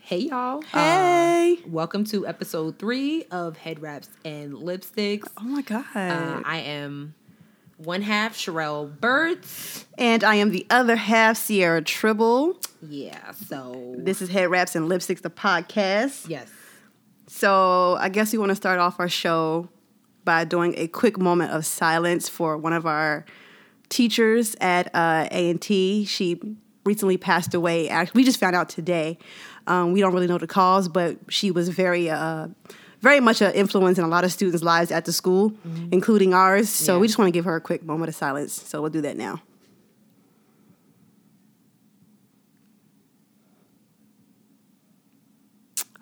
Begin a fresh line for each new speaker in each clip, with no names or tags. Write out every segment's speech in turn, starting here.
Hey y'all.
Hey.
Uh, welcome to episode three of Head Wraps and Lipsticks.
Oh my god.
Uh, I am one half Sherelle Birds.
and I am the other half, Sierra Tribble.
Yeah, so
This is Head Wraps and Lipsticks, the podcast.
yes.
So I guess we want to start off our show by doing a quick moment of silence for one of our teachers at uh, A&T. She recently passed away. Act- We just found out today. Um, we don't really know the cause, but she was very, uh, very much an influence in a lot of students' lives at the school, including ours. So we just want to give her a quick moment of silence. So we'll do that now.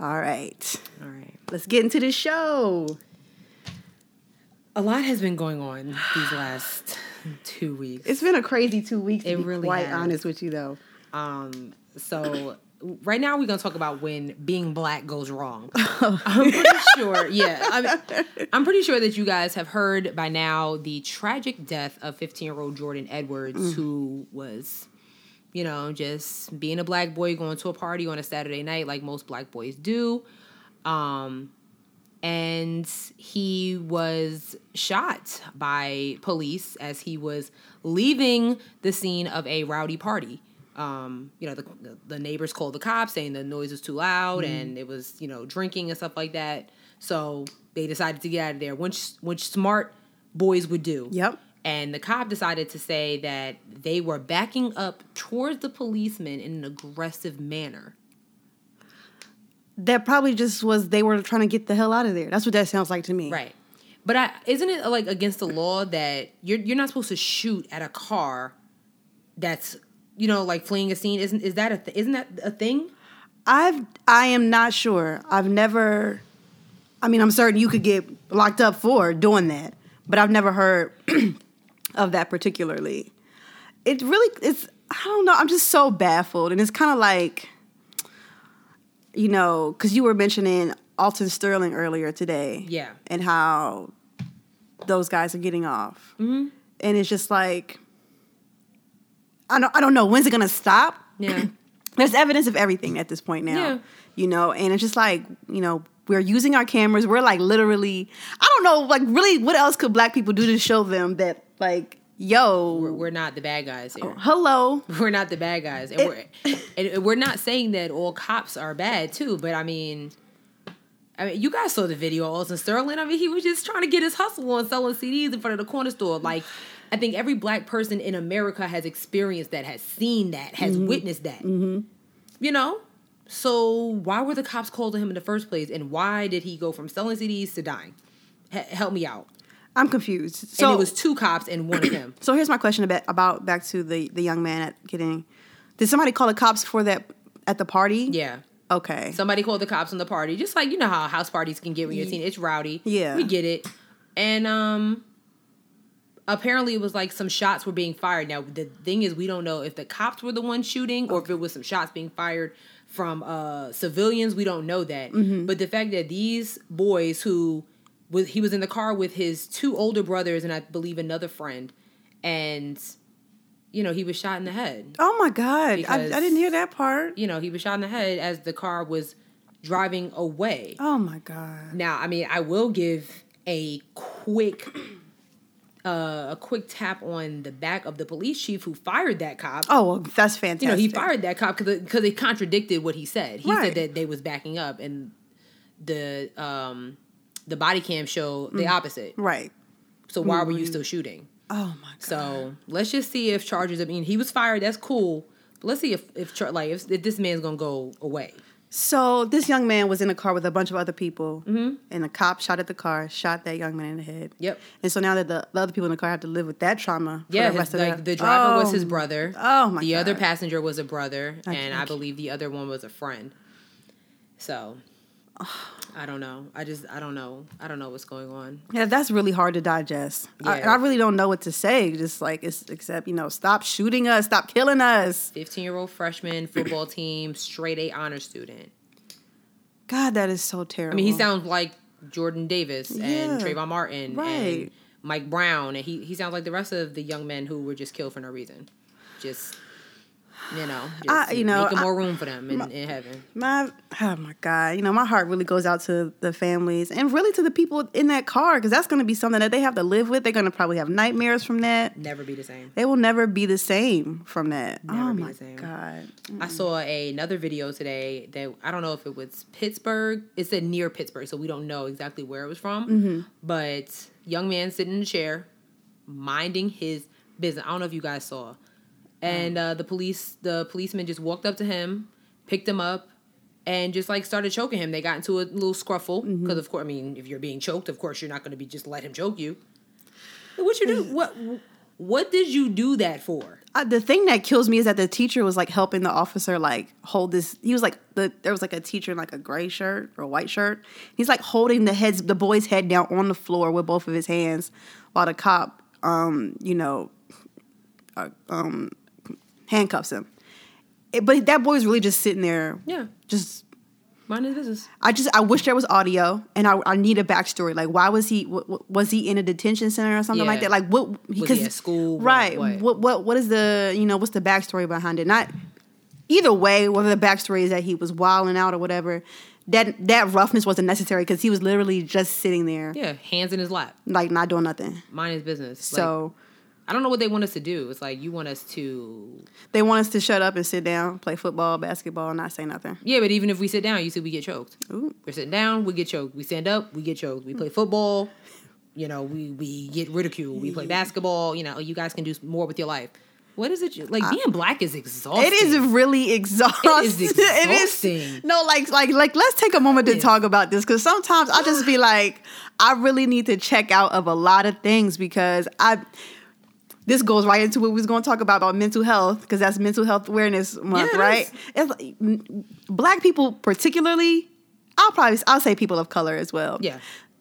All right.
All right.
Let's get into the show.
A lot has been going on these last two weeks.
It's been a crazy two weeks. To
It
be
really
quite
has.
honest with you, though.
Um so right now we're gonna talk about when being black goes wrong. I'm pretty sure. Yeah, I mean, I'm pretty sure that you guys have heard by now the tragic death of 15 year old Jordan Edwards, who was, you know, just being a black boy going to a party on a Saturday night like most black boys do. Um, and he was shot by police as he was leaving the scene of a rowdy party. Um, you know, the, the, the neighbors called the cops saying the noise was too loud and it was, you know, drinking and stuff like that. So they decided to get out of there, which, which smart boys would do.
Yep.
And the cop decided to say that they were backing up towards the policeman in an aggressive manner.
That probably just was they were trying to get the hell out of there. That's what that sounds like to me.
Right. But I, isn't it like against the law that you're you're not supposed to shoot at a car that's you know like fleeing a scene? Isn't is that a th- isn't that a thing?
I've I am not sure. I've never. I mean, I'm certain you could get locked up for doing that, but I've never heard of that particularly. It really it's I don't know. I'm just so baffled, and it's kind of like, you know, because you were mentioning Alton Sterling earlier today.
Yeah.
and how those guys are getting off.
Mm-hmm.
And it's just like I don't I don't know when's it gonna stop.
Yeah.
There's evidence of everything at this point now.
Yeah.
You know, and it's just like, you know, we're using our cameras. We're like literally I don't know, like really what else could black people do to show them that like, yo,
We're, we're not the bad guys here.
hello.
We're not the bad guys, and we're and we're not saying that all cops are bad too. But I mean, I mean, you guys saw the video, of Alton Sterling. I mean, he was just trying to get his hustle on selling CDs in front of the corner store. Like, I think every black person in America has experienced that, has seen that, has witnessed that. You know, so why were the cops called to him in the first place, and why did he go from selling CDs to dying? H- help me out.
I'm confused. So
and it was two cops and one of him.
So here's my question about, about back to the, the young man at getting did somebody call the cops for that at the party?
Yeah.
Okay.
Somebody called the cops on the party, just like you know how house parties can get when you're a teen. It's rowdy.
Yeah.
we get it. And um, apparently it was like some shots were being fired. Now the thing is, we don't know if the cops were the ones shooting or if it was some shots being fired from uh civilians. We don't know that. But the fact that these boys who was he was in the car with his two older brothers and I believe another friend, and you know he was shot in the head
Oh my God. I, I
Because-
didn't hear that part.
you know, he was shot in the head as the car was driving away.
Oh my God.
Now, I mean, I will give a quick uh, a quick tap on the back of the police chief who fired that cop.
Oh, well, that's fantastic.
you know, he fired that cop because it contradicted what he said. He
Right.
said that they was backing up, and the um the body cam showed
Mm.
the opposite.
Right.
So why were you still shooting?
Oh my God.
So let's just see if charges. I mean, he was fired. That's cool. But let's see if if char- like if, if this man's gonna go away.
So this young man was in a car with a bunch of other people, and a cop shot at the car, shot that young man in the head.
Mm-hmm. Yep.
And so now that the, the other people in the car have to live with that trauma for
Yeah,
the rest
his,
of their
like the driver was
Oh.
his brother.
Oh, my
The other
God.
passenger was a brother, and I
can't-
believe the other one was a friend. So, I don't know. I just I don't know. I don't know what's going on.
Yeah, that's really hard to digest. I,
Yeah.
I really don't know what to say. Just like it's except you know, stop shooting us, stop killing us.
Fifteen year old freshman football team, straight A honor student.
God, that is so terrible.
I mean, he sounds like Jordan Davis and
Yeah,
Trayvon Martin and
right.
Mike Brown, and he he sounds like the rest of the young men who were just killed for no reason. Just You know,
I-
just
you know,
making
I-
more room for them in, in heaven.
My oh my god, you know my heart really goes out to the families and really to the people in that car because that's going to be something that they have to live with. They're going to probably have nightmares from that.
Never be the same.
They will never be the same from that. oh
be
my
the same.
god,
I saw a, another video today that I don't know if it was Pittsburgh. It said near Pittsburgh, so we don't know exactly where it was from. But young man sitting in a chair, minding his business. I don't know if you guys saw. And uh, the police, the policeman just walked up to him, picked him up, and just like started choking him. They got into a little scruffle because, of course, I mean, if you're being choked, of course, you're not going to be just let him choke you. What you do? What what did you do that for?
Uh, the thing that kills me is that the teacher was like helping the officer like hold this. He was like the there was like a teacher in like a gray shirt or a white shirt. He's like holding the heads the boy's head down on the floor with both of his hands, while the cop, um, you know, uh, um, handcuffs him. It- but that boy was really just sitting there,
Yeah,
just
mind his business.
I just I wish there was audio, and I, I need a backstory. Like, why was he w- w- was he in a detention center or something like
Yeah.
that? Like, what
Was he at school? What-
Right.
what?
What? what what is the you know what's the backstory behind it? Not either way. Whether the backstory is that he was wilding out or whatever, that that roughness wasn't necessary because he was literally just sitting there,
Yeah, hands in his lap.
like not doing nothing.
mind his business. Like,
So
I don't know what they want us to do. It's like you want us to
they want us to shut up and sit down, play football, basketball, not say nothing.
Yeah, but even if we sit down, you see we get choked.
Ooh.
We're sitting down, we get choked. We stand up, we get choked. We play football, you know, we, we get ridiculed. We play basketball, you know, "Oh, you guys can do more with your life. What is it you- like being black is exhausting.
It is really exhausting. It is-
exhausting.
no, like, like, like. Let's take a moment to talk about this because sometimes I just be like, I really need to check out of a lot of things because I. This goes right into what we was going to talk about about mental health because that's Mental Health Awareness Month,
Yes.
right? It's like, m- black people, particularly, I'll probably I'll say people of color as well.
Yeah.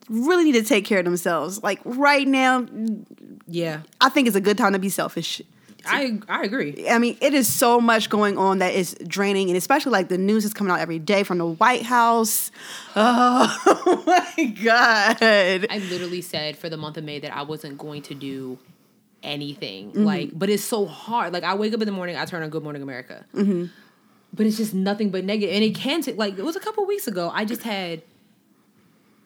really need to take care of themselves. Like right now,
Yeah.
I think it's a good time to be selfish.
I I agree.
I mean, it is so much going on that is draining, and especially like the news is coming out every day from the White House. Oh my God.
I literally said for the month of May that I wasn't going to do anything. Like, but it's so hard. Like, I wake up in the morning, I turn on Good Morning America, but it's just nothing but negative. And it can take. Like, it was a couple weeks ago. I just had.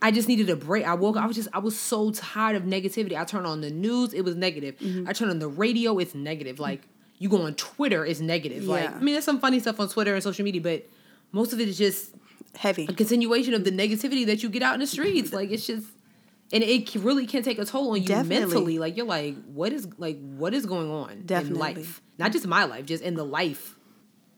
I just needed a break. I woke. I was just. I was so tired of negativity. I turned on the news. It was negative. I turned on the radio. It's negative. Like you go on Twitter. It's negative. Like
Yeah.
I mean, there's some funny stuff on Twitter and social media, but most of it is just
Heavy.
a continuation of the negativity that you get out in the streets. Like it's just, and it c- really can take a toll on you
Definitely.
mentally. Like you're like, what is like what is going on
Definitely.
in life? Not just my life, just in the life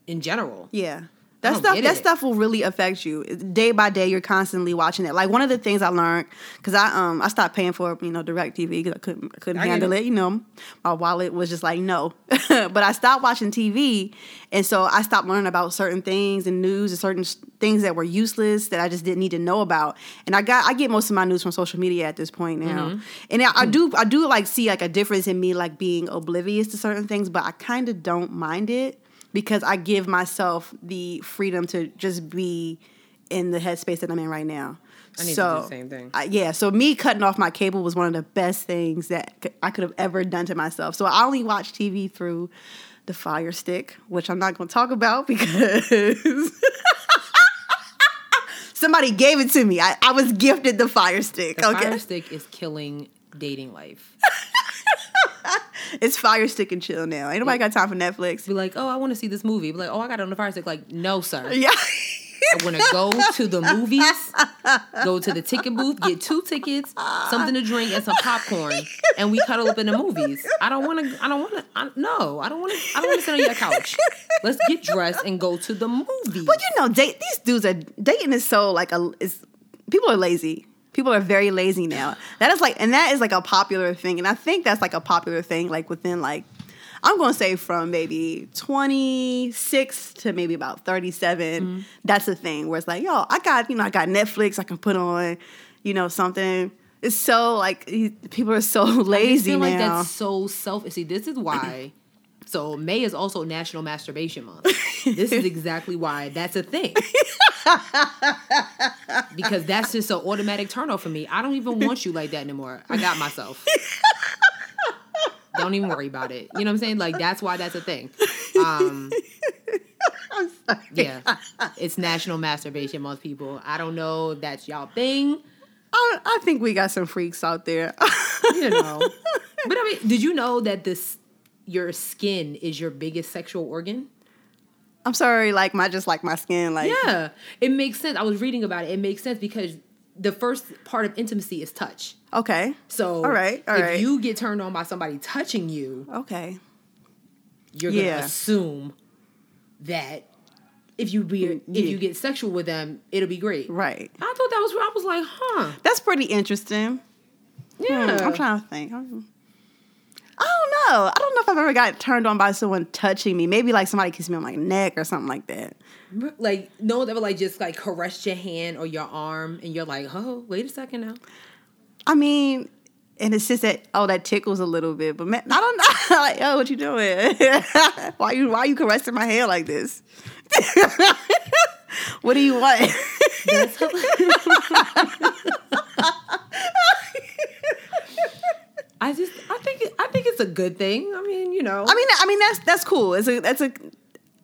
in general.
Yeah.
I
That
don't
stuff,
get
that
it.
stuff will really affect you day by day. You're constantly watching it. Like one of the things I learned because I um I stopped paying for you know Direct TV because I couldn't I couldn't
I get
handle
it.
it. You know, my wallet was just like no. but I stopped watching TV, and so I stopped learning about certain things and news and certain s- things that were useless that I just didn't need to know about. And I got I get most of my news from social media at this point now,
Mm-hmm.
and I, I do I do like see like a difference in me like being oblivious to certain things, but I kind of don't mind it because I give myself the freedom to just be in the headspace that I'm in right now.
I need to
so,
do the same thing.
I- yeah, so me cutting off my cable was one of the best things that c- I could have ever done to myself. So I only watch TV through the Fire Stick, which I'm not going to talk about because somebody gave it to me. I, I was gifted the Fire Stick.
The
okay,
Fire stick is killing dating life.
it's Fire Stick and chill now. Ain't nobody got time for Netflix.
Be like, oh, I want to see this movie. Be like, oh, I got it on the Fire Stick. Like, no, sir.
Yeah.
I want to go to the movies, go to the ticket booth, get two tickets, something to drink, and some popcorn, and we cuddle up in the movies. I don't want to. I don't want to. I, no, I don't want to. I don't want to sit on your couch. Let's get dressed and go to the movies.
But you know, date these dudes are dating is so like a is people are lazy. People are very lazy now. That is like, and that is like a popular thing, and I think that's like a popular thing, like within like, I'm gonna say from maybe 26 to maybe about 37.
Mm-hmm.
That's the thing where it's like, yo, I got you know, I got Netflix, I can put on, you know, something. It's so like e- people are so lazy
I feel like
now.
that's so self. See, this is why. So May is also National Masturbation Month. this is exactly why that's a thing. because that's just an automatic turnoff for me. I don't even want you like that anymore. I got myself. don't even worry about it. You know what I'm saying? Like that's why that's a thing. Um, Um, yeah, it's National Masturbation Month, people. I don't know if that's y'all thing.
I, I think we got some freaks out there.
You know, but I mean, did you know that this your skin is your biggest sexual organ?
I'm sorry, like my just like my skin, like
Yeah, it makes sense. I was reading about it. It makes sense because the first part of intimacy is touch.
okay,
So,
All right, all
if
right.
you get turned on by somebody touching you,
okay,
you're gonna
Yeah.
assume that if you be if you get sexual with them, it'll be great.
Mm, right.
I thought that was. I was like, huh?
That's pretty interesting. Hmm,
Yeah.
I'm trying to think. I'm- I don't know. I don't know if I've ever got turned on by someone touching me. Maybe like somebody kissed me on my neck or something like that.
like no one's ever like just like caressed your hand or your arm and you're like oh wait a second now
I mean, and it's just that oh, that tickles a little bit. But man, I don't know. like, oh, what you doing? why you why you caressing my hair like this? what do you want?
i just i think it- i think it's a good thing i mean you know
I mean, I mean that's that's cool. It's a that's a.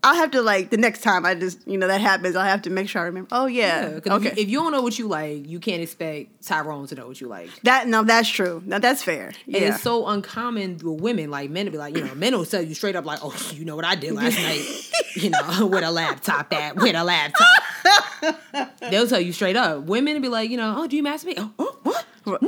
I'll have to like the next time I just you know that happens. I'll have to make sure I remember. Oh
yeah,
yeah,
'cause if,
okay.
you, if you don't know what you like you can't expect tyrone to know what you like
that no, that's true. Now that's fair.
and
Yeah.
it's so uncommon with women like men to be like you know men will tell you straight up like oh you know what i did last night you know with a laptop at with a laptop they'll tell you straight up women will be like you know oh do you masturbate oh, oh what no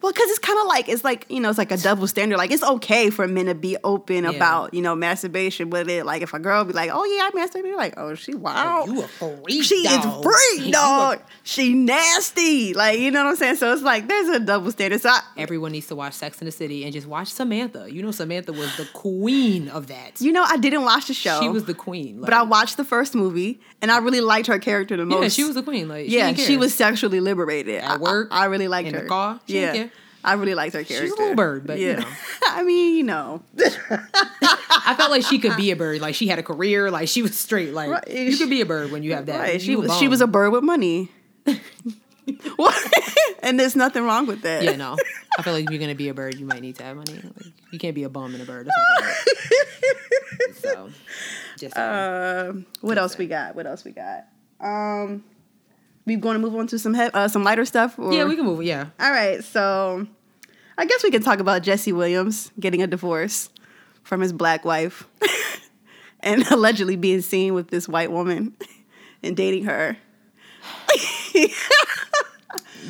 Well, because it's kind of like it's like you know it's like a double standard. Like it's okay for men to be open
Yeah.
about you know masturbation, but it like if a girl be like, oh yeah, I masturbate, you're like oh she wow,
you a freak
she
dog.
is
You a
freak dog, she nasty, like you know what I'm saying. So it's like there's a double standard. So I,
Everyone needs to watch Sex in the City and just watch Samantha. You know, Samantha was the queen of that.
you know I didn't watch the show,
She was the queen.
but I watched the first movie and I really liked her character the most.
Oh, yeah, she was the queen. Like,
yeah,
didn't care.
she was sexually liberated
At
I-
work,
I, I really liked
in the
her.
car, she
yeah,
didn't care.
I really liked her
a
character.
little bird, but, you know.
I mean you know.
I felt like she could be a bird. Like she had a career. Like she was straight. Like
Right,
you could be a bird when you have that.
Right.
You
She was
bum.
she was a bird with money. What? and there's nothing wrong with that.
Yeah, no. I feel like if you're gonna be a bird, you might need to have money. Like, you can't be a bum and a bird. That's not gonna work. so, just
Um, what else we got? What else we got? Um, we going to move on to some he- uh, some lighter stuff. Or?
yeah, we can move. Yeah,
All right. So, I guess we can talk about Jesse Williams getting a divorce from his black wife, and allegedly being seen with this white woman and dating her.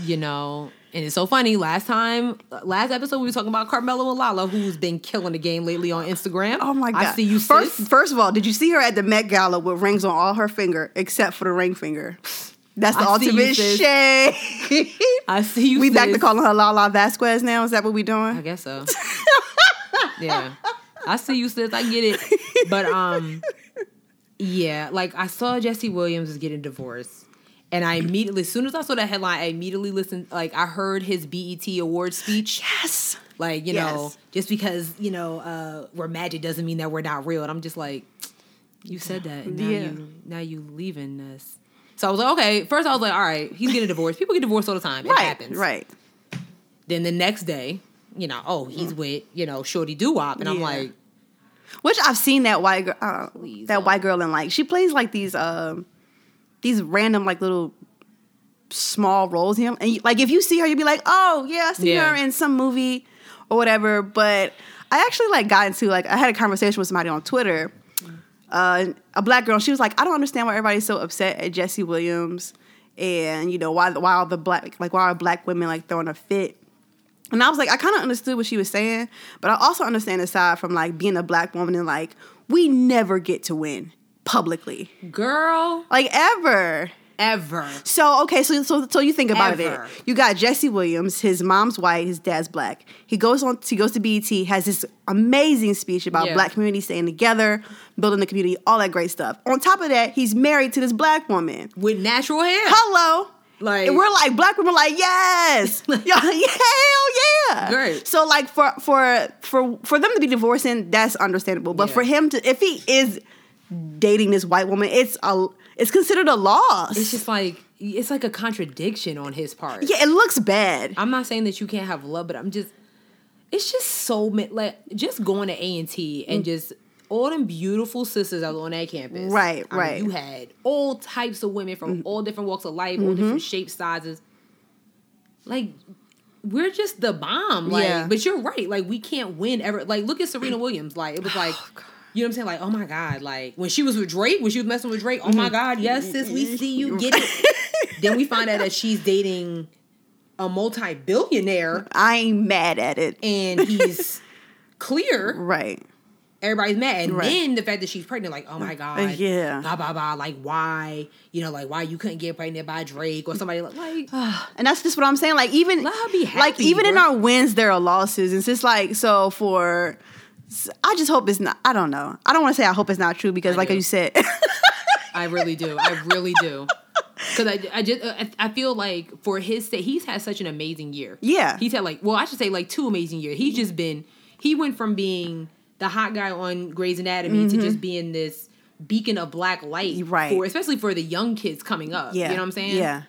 you know. And it's so funny. Last time, last episode, we were talking about Carmelo Alala, who's been killing the game lately on Instagram.
Oh my god!
I see you,
First,
sis.
first of all, did you see her at the Met Gala with rings on all her finger except for the ring finger? That's the
I see you,
ultimate
sis.
shade.
I see you.
we back
sis.
to calling her Lala Vasquez now. Is that what we
I
doing?
guess so. yeah, I see you, sis. I get it, but um, yeah, like I saw Jesse Williams is getting divorced, and I immediately, as soon as I saw that headline, I immediately listened. Like I heard his BET award speech.
Yes.
Like you know,
Yes.
just because you know uh, we're magic doesn't mean that we're not real. And I'm just like, you said that, and now
Yeah.
you now you leaving us. So I was like, okay. First, I was like, all right, he's getting divorced. People get divorced all the time. It
Right.
happens.
Right.
Then the next day, you know, oh, he's with, you know, Shorty Doo-Wop. And I'm
Mm. Yeah.
like,
Which I've seen that white girl. Uh,
Please
that
don't.
white girl in like she plays like these um these random like little small roles him and you, like if you see her you'd be like oh yeah I see
Yeah.
her in some movie or whatever but I actually like got into like I had a conversation with somebody on Twitter uh, a black girl she was like I don't understand why everybody's so upset at Jesse Williams and you know why why all the black like why are black women like throwing a fit and I was like, I kind of understood what she was saying, but I also understand aside from like being a black woman and like we never get to win publicly,
girl,
like ever.
ever.
So okay, so so so you think about
Ever.
it. You got Jesse Williams. His mom's white. His dad's black. He goes on. He goes to BET. Has this amazing speech about
Yeah.
black community staying together, building the community, all that great stuff. On top of that, he's married to this black woman.
With natural hair.
Hello.
Like-
And we're like black women, like yes, Yeah, hell yeah.
Great.
So like for for for for them to be divorcing, that's understandable. But
Yeah.
for him to, if he is dating this white woman, it's a it's considered a loss.
It's just like, it's like a contradiction on his part.
yeah, it looks bad.
I'm not saying that you can't
Mm.
have love, but I'm just, it's just so, ma- like, just going to A&T and just all them beautiful sisters that was on that campus.
Right,
I mean,
right. Mm-hmm.
you had all types of women from all different walks of life, all different shapes, sizes. Like we're just the bomb. Like,
Yeah. Mm.
but you're right. Like we can't win ever. Like look at Serena Williams. Like it was
Oh,
like. You know what I'm saying? Like, oh my God. Like, when she was with Drake, when she was messing with Drake, oh
Mm.
my God, yes, sis, we see you get it. then we find out that she's dating a multi billionaire
I ain't mad at it.
and he's clear,
right.
everybody's mad. And
Right. Uh,
then the fact that she's pregnant, like, oh my God.
yeah.
Blah, blah, blah. Like, why? You know, like, why you couldn't get pregnant by Drake or somebody like, like
And that's just what I'm saying. Like even
Let her be
like
happy,
even in
bro.
our wins, there are losses. It's just like so for. I just hope it's not. I don't know. I don't want to say I hope it's not true because, like
do.
you said,
I really do. I really do. Because I, I just I, I feel like for his sake, he's had such an amazing year.
Yeah.
he's had like well, I should say like two amazing years. He's just been he went from being the hot guy on Grey's Anatomy to just being this beacon of black light,
Mm-hmm. Right.
For especially for the young kids coming up.
yeah,
you know what I'm saying.
Yeah,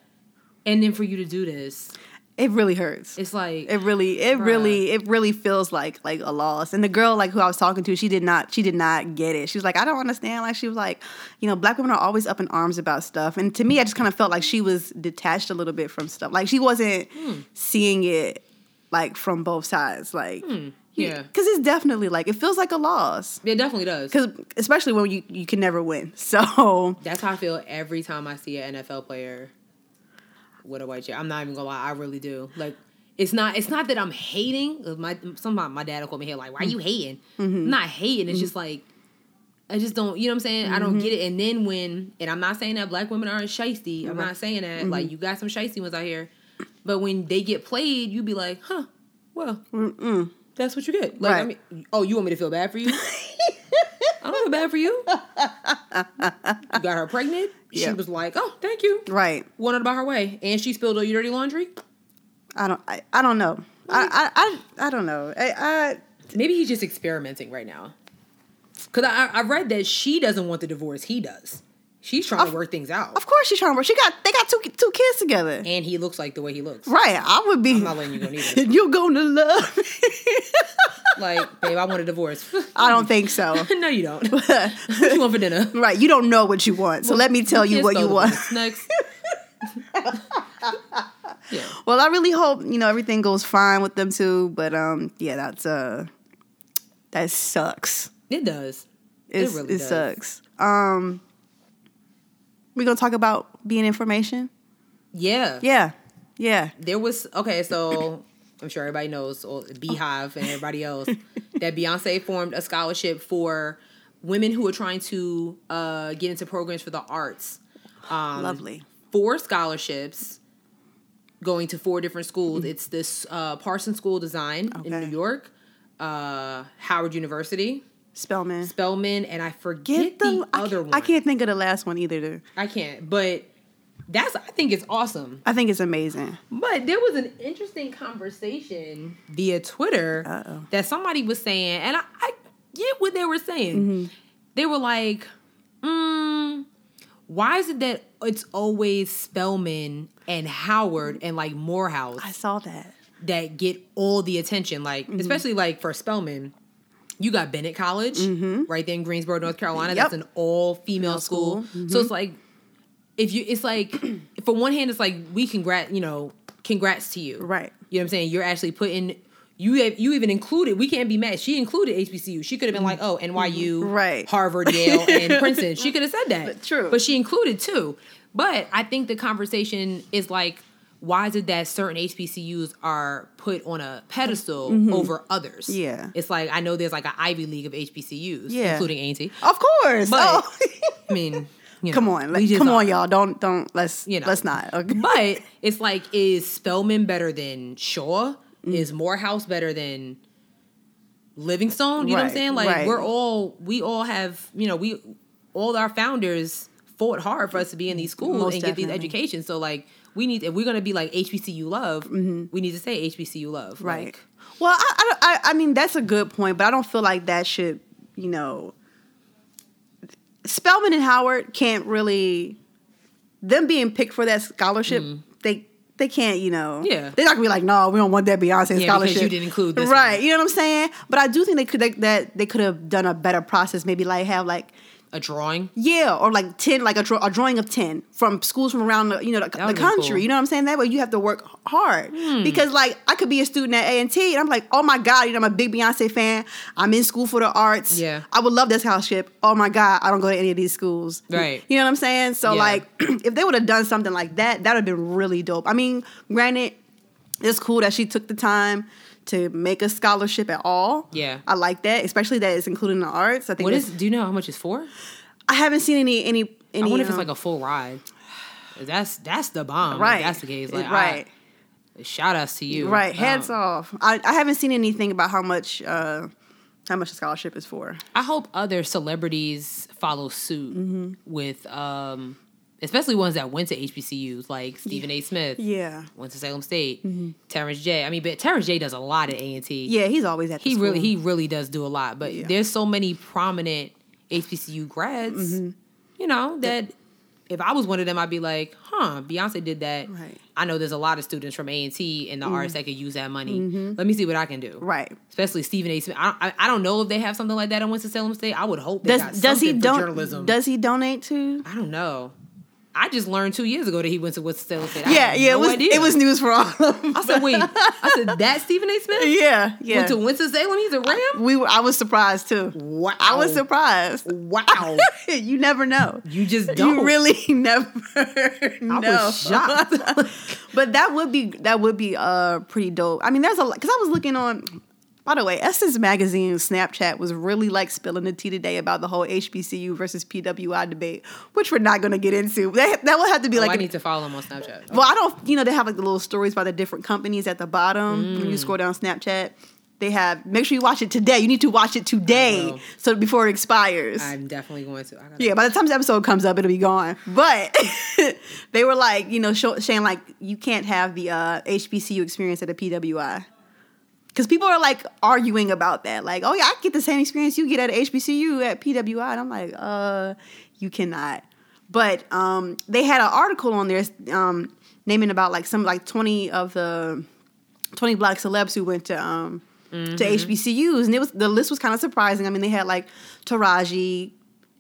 and then for you to do this,
it really hurts.
it's like
It really, it
Bruh.
really, it really feels like like a loss. And the girl like who I was talking to, she did not, she did not get it. She was like, I don't understand. Like she was like, you know, black women are always up in arms about stuff. And to me, I just kind of felt like she was detached a little bit from stuff. Like she wasn't
Hmm.
seeing it like from both sides. Like,
Hmm. yeah,
because it's definitely like it feels like a loss.
it definitely does.
Because especially when you you can never win. So
That's how I feel every time I see an NFL player with a white chair. I'm not even gonna lie, I really do. Like it's not it's not that I'm hating. 'cause My sometimes my dad will call me here like, why you hating? I'm not hating. It's just like I just don't you know what I'm saying? I don't get it. And then when and I'm not saying that black women aren't shisty. I'm not saying that. Like you got some shisty ones out here. But when they get played, you be like, huh, well, that's what you get. Like, I
Right.
mean, oh, you want me to feel bad for you? I don't feel bad for you. You got her pregnant.
Yeah.
She was like, "Oh, thank you."
right,
Went on about her way, and she spilled all your dirty laundry.
I don't, I, I don't know. I, I, I, I don't know. I, I
Maybe he's just experimenting right now. Because I, I read that she doesn't want the divorce; he does. She's trying
Of-
to work things out,
Of course she's trying to work. She got they got two two kids together.
and he looks like the way he looks.
Right. I would be
I'm not letting you go neither.
You're gonna love me.
Like, babe, I want a divorce.
I don't think so.
no, you don't. what you want for dinner?
Right, you don't know what you want. So let me tell you
Kids
what you
stole the
want.
divorce. next. yeah.
Well, I really hope, you know, everything goes fine with them too. But um yeah, that's uh that sucks.
It does.
It's, it
it really does.
sucks. Um we gonna talk about being information?
Yeah.
Yeah. Yeah.
There was okay, so I'm sure everybody knows or Beehive and everybody else that Beyonce formed a scholarship for women who are trying to uh, get into programs for the arts. Um,
Lovely.
Four scholarships going to four different schools. It's this uh, Parsons School of Design in
Okay.
New York, uh, Howard University,
Spellman.
Spelman, and I
Get
forget
the,
the,
I,
other
can't-
one.
I can't think of the last one either. though.
I can't. But that's I think it's awesome.
I think it's amazing.
But there was an interesting conversation via Twitter
Uh-oh.
that somebody was saying, and I, I get what they were saying. They were like, mm, why is it that it's always Spellman and Howard and like Morehouse
I saw that.
that get all the attention? Like,
Mm-hmm.
especially like for Spellman, you got Bennett College right there in Greensboro, North Carolina.
Mm-hmm. Yep.
That's an all female school.
school. Mm-hmm.
So it's like, if you, it's like, for one hand, it's like, we congrat, you know, congrats to you.
Right.
You know what I'm saying? You're actually putting you have, you even included. We can't be mad. She included HBCU. She could have been like, oh, NYU,
Mm-hmm. Right.
Harvard, Yale, and Princeton. She could have said that.
But true.
But she included too. But I think the conversation is like, why is it that certain HBCUs are put on a pedestal over others?
Mm-hmm. Yeah.
It's like I know there's like an Ivy League of HBCUs,
Yeah.
including A&T.
Of course.
But-
Oh.
I mean, you know,
Come on,
we
like,
just
come
are.
on, y'all. Don't don't let's
You know.
let's not. Okay.
But it's like, is Spellman better than Shaw?
Mm.
Is Morehouse better than Livingstone? You know what
Right,
I'm saying? Like
right.
we're all we all have you know we all our founders fought hard for us to be in these schools
Most
and get
definitely.
these educations. So like we need if we're gonna be like HBCU love, we need to say HBCU love.
Mm-hmm. right.
Like,
well, I, I don't- I I mean that's a good point, but I don't feel like that should you know. Spellman and Howard can't really, them being picked for that scholarship, they They can't, you know.
Mm. Yeah.
They're not gonna be like, no, we don't want that Beyonce
Yeah,
scholarship.
because you didn't include this.
right. You know what I'm saying? But I do think they could they, that they could have done a better process. Maybe like have like
one. A drawing.
yeah, or like ten, like a, draw, a drawing of ten from schools from around the you know the, the
would've been
country.
cool. Hmm.
You know what I'm saying? That way you have to work hard because like I could be a student at A and T, and I'm like, oh my god, you know I'm a big Beyonce fan. I'm in school for the arts.
Yeah.
I would love that scholarship. Oh my god, I don't go to any of these schools.
Right.
You know what I'm saying? So
Yeah.
like, if they would have done something like that, that would have been really dope. I mean, granted, it's cool that she took the time. To make a scholarship at all,
Yeah.
I like that, especially that it's included in the arts. I think
What
that's-
is? Do you know how much it's for?
I haven't seen any any
I
any.
wonder if it's
um,
like a full ride. That's that's the bomb. Right.
right.
that's the case. Like,
right,
I- shout outs to you.
right. Heads
Um,
off. I, I haven't seen anything about how much uh, how much the scholarship is for.
I hope other celebrities follow suit with, um, especially ones that went to HBCUs, like Stephen A. Smith.
Yeah, Mm-hmm.
Went to Salem State. Terrence J. I mean, but Terrence J. does a lot at A and T.
yeah. He's always at. The
he really
school.
he really does do a lot. But
Yeah.
there's so many prominent HBCU grads,
Mm-hmm.
you know, that if I was one of them, I'd be like, huh, Beyonce did that.
Right. Mm-hmm.
I know there's a lot of students from A and T and the arts that could use that money. Let me see what I can do.
right.
Especially Stephen A. Smith. I, I, I don't know if they have something like that in Winston Salem State. I would hope. They got
Does does he
something for
don't
journalism?
does he donate to?
I don't know. I just learned two years ago that he went to Winston Salem State. I
Yeah,
had
yeah.
no
it was
idea.
it was news for all of them.
I said, wait. I said that Stephen A. Smith
yeah, yeah.
went to Winston Salem. He's a Ram.
we were, I was surprised too.
Wow.
I was surprised.
Wow.
you never know.
You just don't.
You really never know.
was shocked.
but that would be that would be uh pretty dope. I mean, there's a lot because I was looking on. By the way, Essence Magazine Snapchat was really like spilling the tea today about the whole HBCU versus PWI debate, which we're not going to get into. That, that would have to be
Oh,
like
I
an
need to follow him on Snapchat.
well, I don't. You know, they have like the little stories by the different companies at the bottom. When you
Mm.
scroll down Snapchat, they have. Make sure you watch it today. You need to watch it
I
today,
will.
so before it expires.
I'm definitely going to. I gotta,
yeah, by the time this episode comes up, it'll be gone. But they were like, you know, show, saying like you can't have the uh, HBCU experience at a PWI. Because people are like arguing about that, like, oh yeah, I get the same experience you get at a HBCU at PWI, and I'm like, uh, you cannot. But um, they had an article on there um, naming about like some like 20 of the 20 black celebs who went to um,
Mm-hmm.
to HBCUs, and it was the list was kind of surprising. I mean, they had like Taraji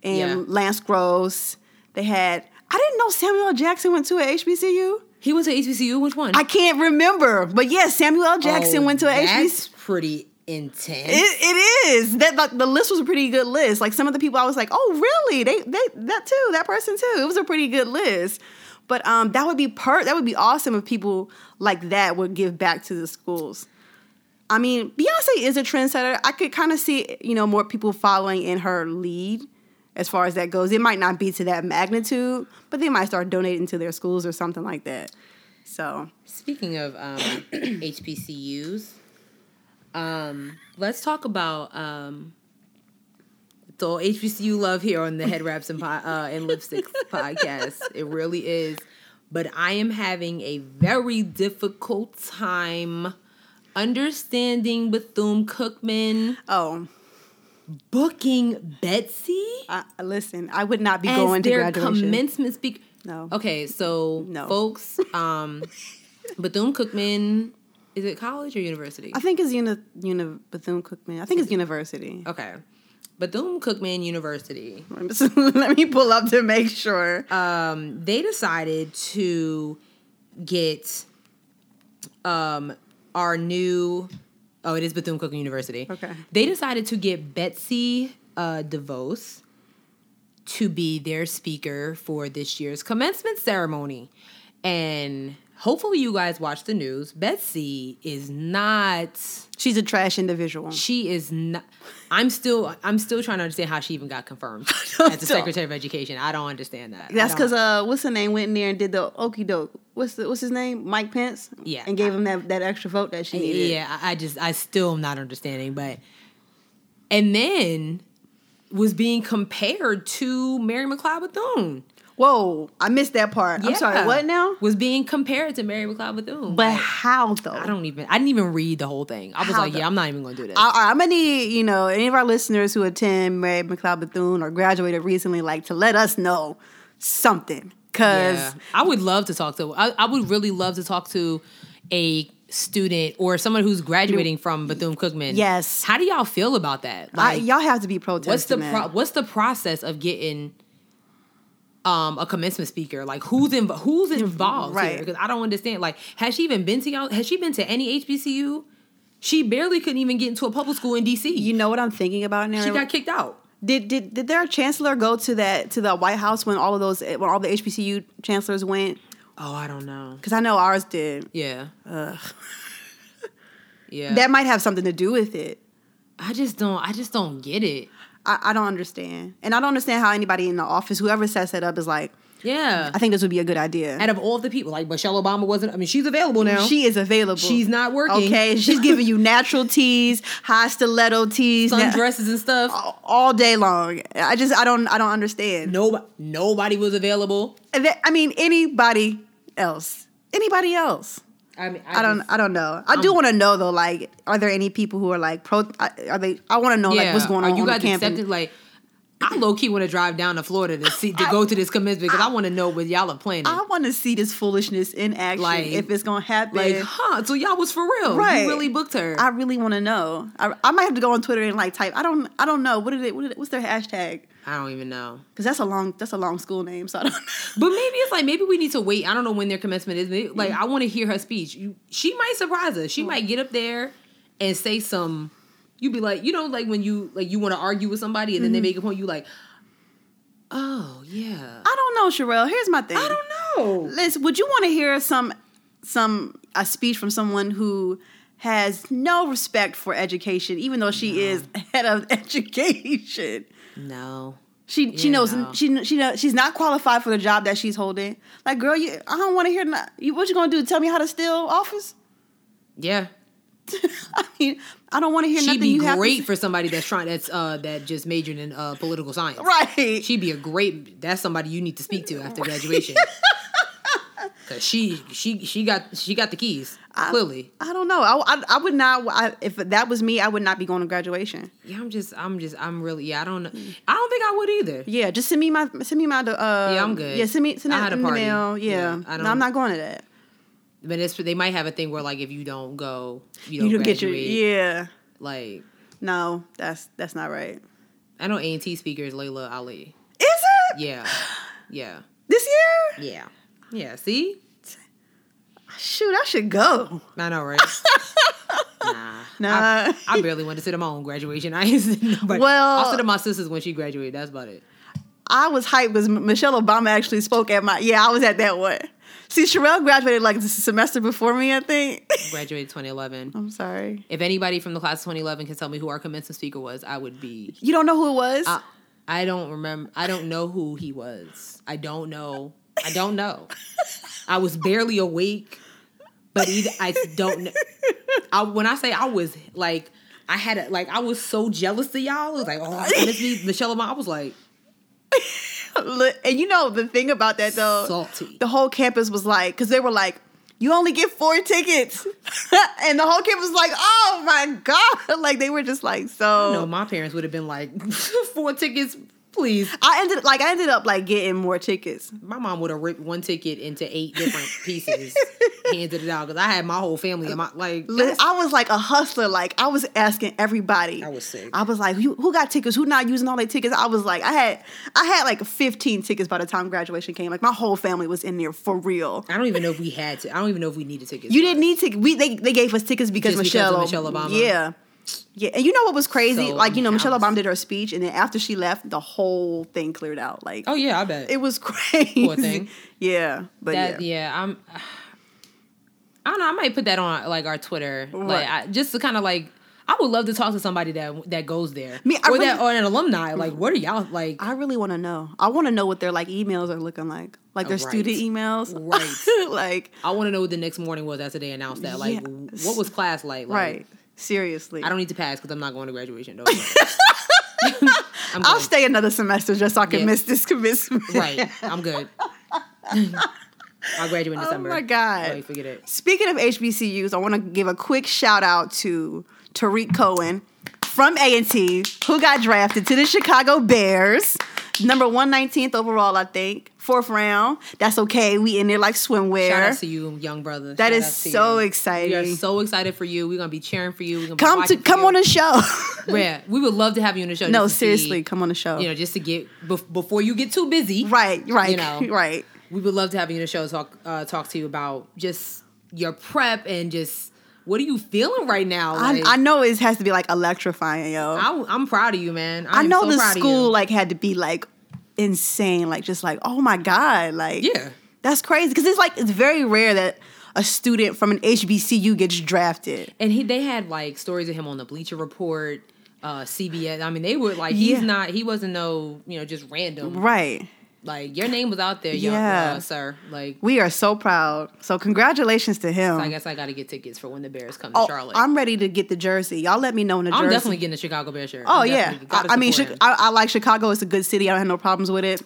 and
Yeah.
Lance Gross. They had I didn't know Samuel L. Jackson went to a HBCU.
He was at HBCU. Which one?
I can't remember, but yes, Samuel L. Jackson
Oh,
went to a HBCU.
That's pretty intense.
It, it is that like the list was a pretty good list. Like some of the people I was like, oh really? They they that too. That person too. It was a pretty good list. But um, that would be per that would be awesome if people like that would give back to the schools. I mean, Beyonce is a trendsetter. I could kind of see you know more people following in her lead as far as that goes. It might not be to that magnitude, but they might start donating to their schools or something like that. So
Speaking of um, HBCUs, um, let's talk about um, the old HBCU love here on the Head Wraps and, po- uh, and Lipsticks podcast. It really is. But I am having a very difficult time understanding Bethune Cookman
oh,
booking Betsy.
I, listen, I would not be
as
going to
their
graduation.
commencement speaker.
No.
Okay, so
No.
folks, um, Bethune Cookman, is it college or university?
I think it's uni, uni Bethune Cookman. I think it's university.
Okay, Bethune Cookman University.
Let me pull up to make sure.
Um, they decided to get um our new. Oh, it is Bethune Cookman University.
Okay.
They decided to get Betsy uh, DeVos to be their speaker for this year's commencement ceremony. And hopefully, you guys watch the news. Betsy is not.
She's a trash individual.
She is not. I'm still. I'm still trying to understand how she even got confirmed as the Secretary of Education. I don't understand that. I
That's
don't-
because uh, what's her name went in there and did the okey doke. What's the, what's his name? Mike Pence.
Yeah.
and gave him that, that extra vote that she needed.
Yeah, I I just I still am not understanding, but and then was being compared to Mary McLeod Bethune.
Whoa, I missed that part. I'm
Yeah.
sorry. What now?
Was being compared to Mary McLeod Bethune.
But
Like,
how though?
I don't even I didn't even read the whole thing. I was
How
like,
the-
yeah, I'm not even gonna do this.
I, I'm gonna need you know any of our listeners who attend Mary McLeod Bethune or graduated recently, like to let us know something. Cause
Yeah. I would love to talk to. I, I would really love to talk to a student or someone who's graduating from Bethune Cookman.
Yes.
How do y'all feel about that?
I,
Like,
y'all have to be protesting.
what's the
man.
pro- what's the process of getting um a commencement speaker? Like, who's inv- who's involved here?
Right.
Because I don't understand. Like, has she even been to y'all? Has she been to any HBCU? She barely couldn't even get into a public school in DC.
You know what I'm thinking about now?
she got kicked out.
did, did did their chancellor go to that to the White House when all of those when all the HBCU chancellors went?
Oh, I don't know.
Because I know ours did.
Yeah. yeah.
That might have something to do with it.
I just don't. I just don't get it.
I, I don't understand, and I don't understand how anybody in the office, whoever sets that up, is like,
Yeah.
I think this would be a good idea.
Out of all the people, like Michelle Obama wasn't. I mean, she's available now.
She is available.
She's not working.
Okay, she's giving you natural teas, high stiletto teas, na-
sundresses and stuff.
all- all day long. I just I don't I don't understand.
Nobody, nobody was available.
And that- I mean anybody else. Anybody else?
I mean, I,
I don't
just-
I don't know. I do want to know though like are there any people who are like pro I- are they I want to know like what's going
Are
on
you
on the
guys
campus.
accepted? Like, I low key want to drive down to Florida to see to go to this commencement because I, want to know what y'all are planning.
I want to see this foolishness in action
Like-
if it's going to happen.
like, huh? So y'all was for real?
Right.
You really booked her?
I really want to know. I, I might have to go on Twitter and like type. I don't. I don't know. What did it? What did it what's their hashtag?
I don't even know.
Because that's a long. That's a long school name. So I don't. know.
But maybe it's like maybe we need to wait. I don't know when their commencement is. Maybe,
Mm.
like I want to hear her speech. You, she might surprise us. She might get up there and say some. You'd be like, you know, like when you like you want to argue with somebody and then
Mm-hmm.
they make a point. You like, oh yeah,
I don't know, Sherelle. Here's my thing.
I don't know.
Listen, would you want to hear some some a speech from someone who has no respect for education, even though she is head of education?
No,
She she
Yeah,
knows
no.
she kn- she know, she's not qualified for the job that she's holding. Like, girl, you I don't want to hear not, you, what you gonna do? Tell me how to steal office?
yeah,
I mean, I don't want to hear
she'd
nothing.
be
you have to
great
say.
for somebody that's trying that's uh that just majored in uh political science.
right.
She'd be a great. That's somebody you need to speak to after graduation. Cause she she she got she got the keys clearly.
I don't know. I, I, I would not. I, if that was me, I would not be going to graduation.
Yeah, I'm just, I'm just, I'm really, yeah, I don't, know. I don't think I would either.
Yeah, just send me my send me my. Uh,
Yeah, I'm good.
Yeah, send me send
I
that
had a
in the
party.
mail. Yeah,
Yeah, I
no,
don't-
I'm not going to that.
But it's, they might have a thing where like if you don't go, you don't,
You don't
graduate.
get your yeah.
Like
No, that's that's not right.
I know A and T speaker is Layla Ali.
Is it
Yeah, yeah,
this year?
yeah, yeah. See,
Shoot, I should go.
I know, right? nah,
Nah.
I, I barely went to sit at my own graduation. I ain't seen nobody.
Well-
I sit at my sister's when she graduated. That's about it.
I was hyped because M- Michelle Obama actually spoke at my. Yeah, I was at that one. See, Sherelle graduated like the semester before me, I think.
Graduated 2011.
I'm sorry.
If anybody from the class of 2011 can tell me who our commencement speaker was, I would be
You don't know who it was?
I, I don't remember. I don't know who he was. I don't know. I don't know. I was barely awake, but either I don't know. I, when I say I was like, I had a, like I was so jealous of y'all. I was like, oh, this is Michelle Obama. I was like
Look, and you know the thing about that though,
Salty.
the whole campus was like, because they were like, you only get four tickets, and the whole campus was like, oh my god, like they were just like so.
no. My parents would have been like, four tickets, please.
I ended like I ended up like getting more tickets.
My mom would have ripped one ticket into eight different pieces, handed it out because I had my whole family. in My like,
Li-
that's-
I was like a hustler. Like I was asking everybody.
I was sick.
I was like, who, who got tickets? Who not using all their tickets? I was like, I had I had like 15 tickets by the time graduation came. Like my whole family was in there for real.
I don't even know if we had to. I don't even know if we needed tickets.
You didn't need tickets. We they, they gave us tickets because
Just because
Michelle,
of Michelle Obama?
Yeah. Yeah, and you know what was crazy?
So
like you know, Michelle
jealous.
Obama did her speech, and then after she left, the whole thing cleared out. Like
Oh yeah, I bet.
it was crazy.
thing.
Yeah, but
That,
yeah.
yeah. I'm. I don't know. I might put that on like our Twitter, like I, just to kind of like. I would love to talk to somebody that that goes there,
Me, I
or that
really- Mm.
or an alumni. Like, what are y'all like?
I really want to know. I want to know what their like emails are looking like, like their
Uh, Right.
student emails.
Right.
like,
I want to know what the next morning was after they announced that. Like,
Yeah.
what was class like? like
right? Seriously,
I don't need to pass because I'm not going to graduation. Though. I'm
I'll
good.
stay another semester just so I can
Yeah.
miss this commitment.
right. I'm good. I'll graduate in December.
Oh my God.
Like, forget it.
Speaking of HBCUs, I want to give a quick shout out to Tariq Cohen from A and T, who got drafted to the Chicago Bears. number 119th overall, I think. Fourth round. That's okay. We in there like swimwear.
Shout out to you, young brother.
That
Shout
is
out to
so
you.
exciting.
We are so excited for you. We're gonna be cheering for you. We're gonna be
come to
watching for
come
you.
on the show.
Yeah, we would love to have you on the show.
no,
just to see-
seriously, come on the show.
You know, just to get bef- before you get too busy.
right, right,
You know.
right.
We would love to have you on the show. to Talk uh, talk to you about just your prep and just what are you feeling right now?
I,
Like,
I know it has to be like electrifying, yo. I,
I, am proud of you, man. I, am
know
so
the
proud
school
Of
like had to be like insane, like just like oh my god, like
you. Yeah.
that's crazy because it's like it's very rare that a student from an HBCU gets drafted.
And he, they
Mm-hmm.
had like stories of him on the Bleacher Report, uh, CBS. I mean, they were like,
Yeah.
he's not, he wasn't no, you know, just random.
Right.
Like your name was out there, young
Yeah.
uh, sir. Like,
We are so proud. So congratulations to him.
I guess I got to get tickets for when the Bears come to
oh,
Charlotte. I'm,
I'm ready to get the jersey. Y'all let me know in the jersey.
definitely getting a Chicago Bears shirt.
Oh
I'm
yeah.
definitely-
I,
gotta
I mean,
support
Chi-
him.
I, I like Chicago. It's a good city. I don't have no problems with it.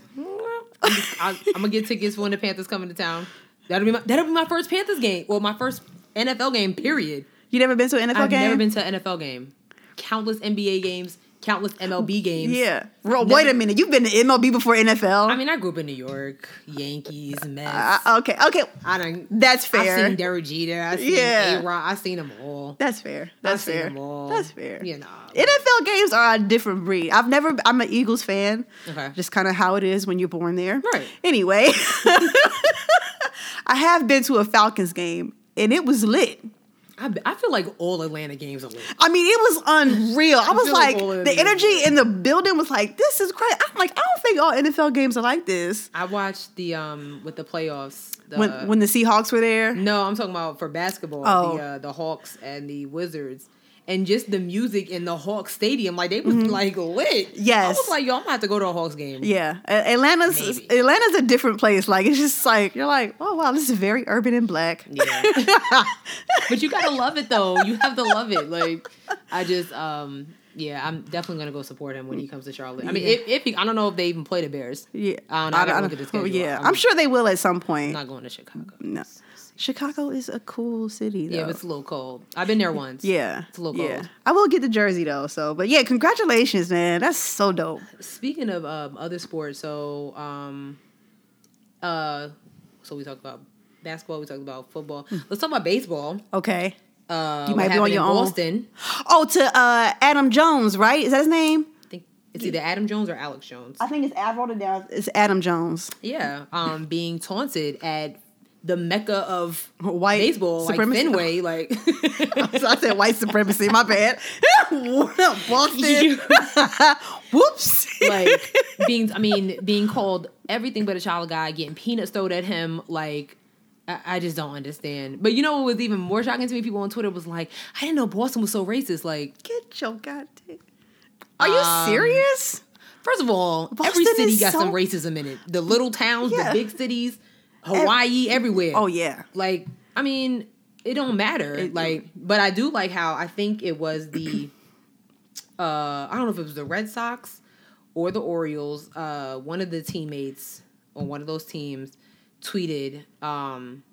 I'm, just- I, I'm gonna get tickets for when the Panthers come into town. That'll be my, that'll be my first Panthers game. Well, my first NFL game. Period.
You never been to an NFL
I've
game?
never been to an NFL game. Countless NBA games. Countless MLB games.
Yeah. Ro- wait a minute. You've been to MLB before NFL?
I mean, I grew up in New York. Yankees, Mets.
Uh, okay. Okay.
I don't.
That's
I've
fair.
seen Derek Jeter. I've seen
Yeah.
A-Rod. I've seen them all.
That's fair.
I've
That's
seen
fair.
them all.
That's fair.
You know.
NFL games are a different breed. I've never. I'm an Eagles fan.
Okay.
Just kind of how it is when you're born there.
Right.
Anyway, I have been to a Falcons game and it was lit.
I, I feel like all Atlanta games are lit.
I mean, it was unreal. I was
feel like
like,
all of
the
these-
energy in the building was like, this is crazy. I'm like, I don't think all NFL games are like this.
I watched the um with the playoffs. The,
When when the Seahawks were there,
no, I'm talking about for basketball.
Oh.
The uh, the Hawks and the Wizards. And just the music in the Hawks stadium, like they was like lit. I
Mm-hmm. Yes.
was like, yo, I'm gonna have to go to a Hawks game.
Yeah, A- Atlanta's
Maybe.
Atlanta's a different place. Like it's just like you're like, oh wow, this is very urban and black.
Yeah. but you gotta love it though. You have to love it. Like I just um yeah, I'm definitely gonna go support him when he comes to Charlotte. I mean,
Yeah.
if, if he, I don't know if they even play the Bears.
Yeah,
I don't know. I gotta look at the schedule.
Yeah,
I'm-
I'm, sure they will at some point.
I'm not going to Chicago.
no, Chicago is a cool city. Though.
Yeah, but it's a little cold. I've been there once.
yeah,
it's a little
yeah.
cold.
I will get the jersey though. So, but yeah, congratulations, man. That's so dope.
Speaking of um, other sports, so um, uh, so we talked about basketball. We talked about football. Let's talk about baseball.
Okay.
Uh,
Hmm. You
what
might be on
happened in
your own.
Boston.
Oh, to uh, Adam Jones, right? Is that his name?
I think it's either Adam Jones or Alex Jones.
I think it's. I wrote it down. It's Adam Jones.
Yeah, um, being taunted at the mecca of
White
baseball,
supremacy?
like Fenway, like
So I said white supremacy. My bad. Boston. Whoops.
like being. I mean, being called everything but a child of God, getting peanuts thrown at him, like. I I just don't understand. But you know what was even more shocking to me? People on Twitter was like, I didn't know Boston was so racist. Like,
Get your goddamn. Are you
Um,
serious?
first of all, every
Boston
city
is
got some
so-
racism in it. The little towns,
Yeah.
the big cities, Hawaii, everywhere.
Oh yeah.
like i mean it don't matter
It-
like but i do like how i think it was the uh i don't know if it was the red sox or the orioles uh one of the teammates on one of those teams tweeted um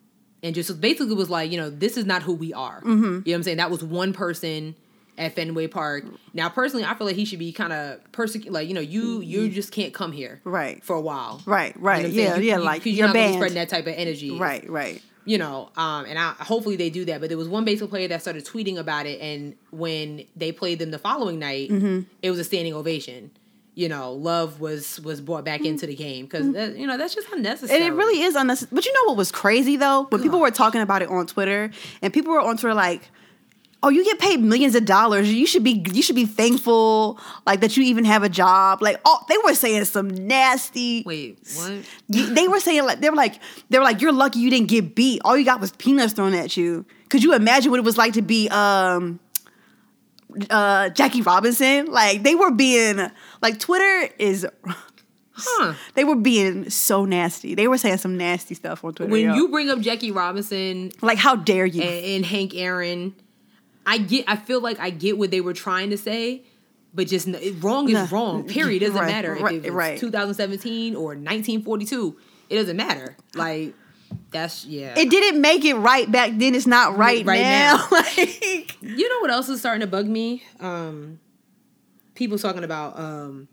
and just basically was like you know this is not who we are
Mm-hmm.
you know what i'm saying that was one person at fenway park now personally i feel like he should be kind of persecuted like you know you you just can't come here
Right.
for a while
Right,
You know
right.
what
Yeah,
I'm saying? You-
yeah,
you-
like
'cause you're,
you're
not gonna be
banned.
spreading that type of energy
Right, right.
you know, um, and I hopefully they do that. But there was one baseball player that started tweeting about it, and when they played them the following night,
Mm-hmm.
it was a standing ovation. You know, love was was brought back into the game because you know that's just unnecessary.
Mm-hmm. And it really is unnecessary. But you know what was crazy though? When people were talking about it on Twitter, and people were on Twitter like, "Oh, you get paid millions of dollars. You should be you should be thankful like that you even have a job." Like, oh, they were saying some nasty.
wait what?
You- they were saying like they were like they were like you're lucky you didn't get beat. All you got was peanuts thrown at you. Could you imagine what it was like to be um uh Jackie Robinson? Like they were being like Twitter is
Huh?
they were being so nasty. They were saying some nasty stuff on Twitter.
When
yo.
you bring up Jackie Robinson
like how dare you?
and, and Hank Aaron, I get. I feel like I get what they were trying to say. But just n- it- wrong is
No.
wrong. Period. It doesn't
Right,
matter if
right,
it was
right.
2017 or 1942. It doesn't matter. Like that's yeah.
it didn't make it right back then. It's not right,
Right
now.
now.
like
You know what else is starting to bug me? Um, people talking about um,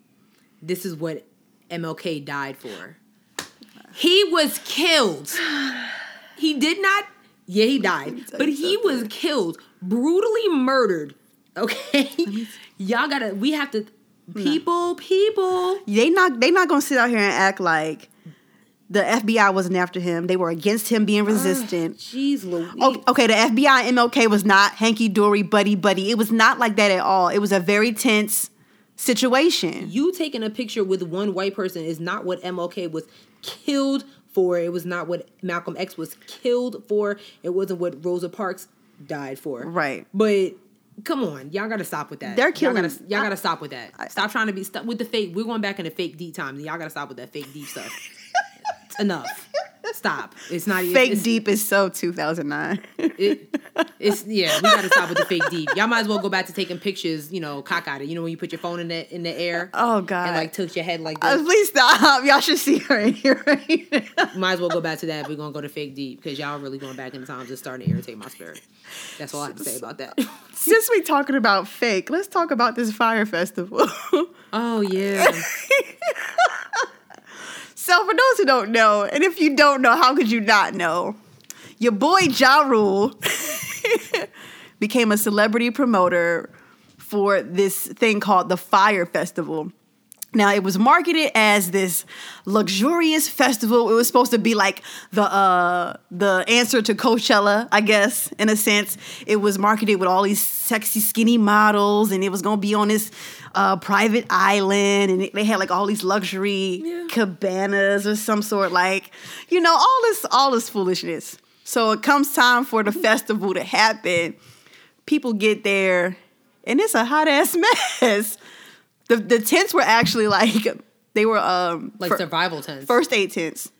this is what MLK died for. He was killed. He did not, yeah, he died, but he was killed, brutally murdered. Okay? Y'all gotta, we have to, people, people.
They not they not gonna sit out here and act like the FBI wasn't after him. They were against him being resistant.
Jeez Louise.
Oh, okay, the FBI and MLK was not hanky dory buddy buddy. It was not like that at all. It was a very tense situation.
You taking a picture with one white person is not what MLK was killed for. It was not what Malcolm X was killed for. It wasn't what Rosa Parks died for.
Right.
But come on, y'all gotta stop with that.
They're
Y'all
killing-
gotta, y'all gotta stop with that. stop trying to be stuck with the fake. We're going back into fake deep times. Y'all gotta stop with that fake deep stuff. Enough. Stop. It's not even
Fake
it's,
Deep is so 2009.
It, it's yeah, we gotta stop with the fake deep. Y'all might as well go back to taking pictures, you know, cock out You know when you put your phone in the in the air
oh God.
and like tilt your head like
Uh,
this.
please stop. Y'all should see her in here right now.
Might as well go back to that if we're gonna go to fake deep because y'all really going back in times and starting to irritate my spirit. That's all I have to say about that.
Since we talking about fake, let's talk about this fire festival.
oh yeah.
so for those who don't know, and if you don't know, how could you not know? Your boy Ja Rule became a celebrity promoter for this thing called the Fire Festival. Now it was marketed as this luxurious festival. It was supposed to be like the uh, the answer to Coachella, I guess, in a sense. It was marketed with all these sexy skinny models, and it was gonna be on this uh, private island, and they had like all these luxury
Yeah.
cabanas or some sort, like you know, all this all this foolishness. So it comes time for the festival to happen. People get there, and it's a hot ass mess. The the tents were actually like they were um
Like
fir-
survival tents.
first aid tents.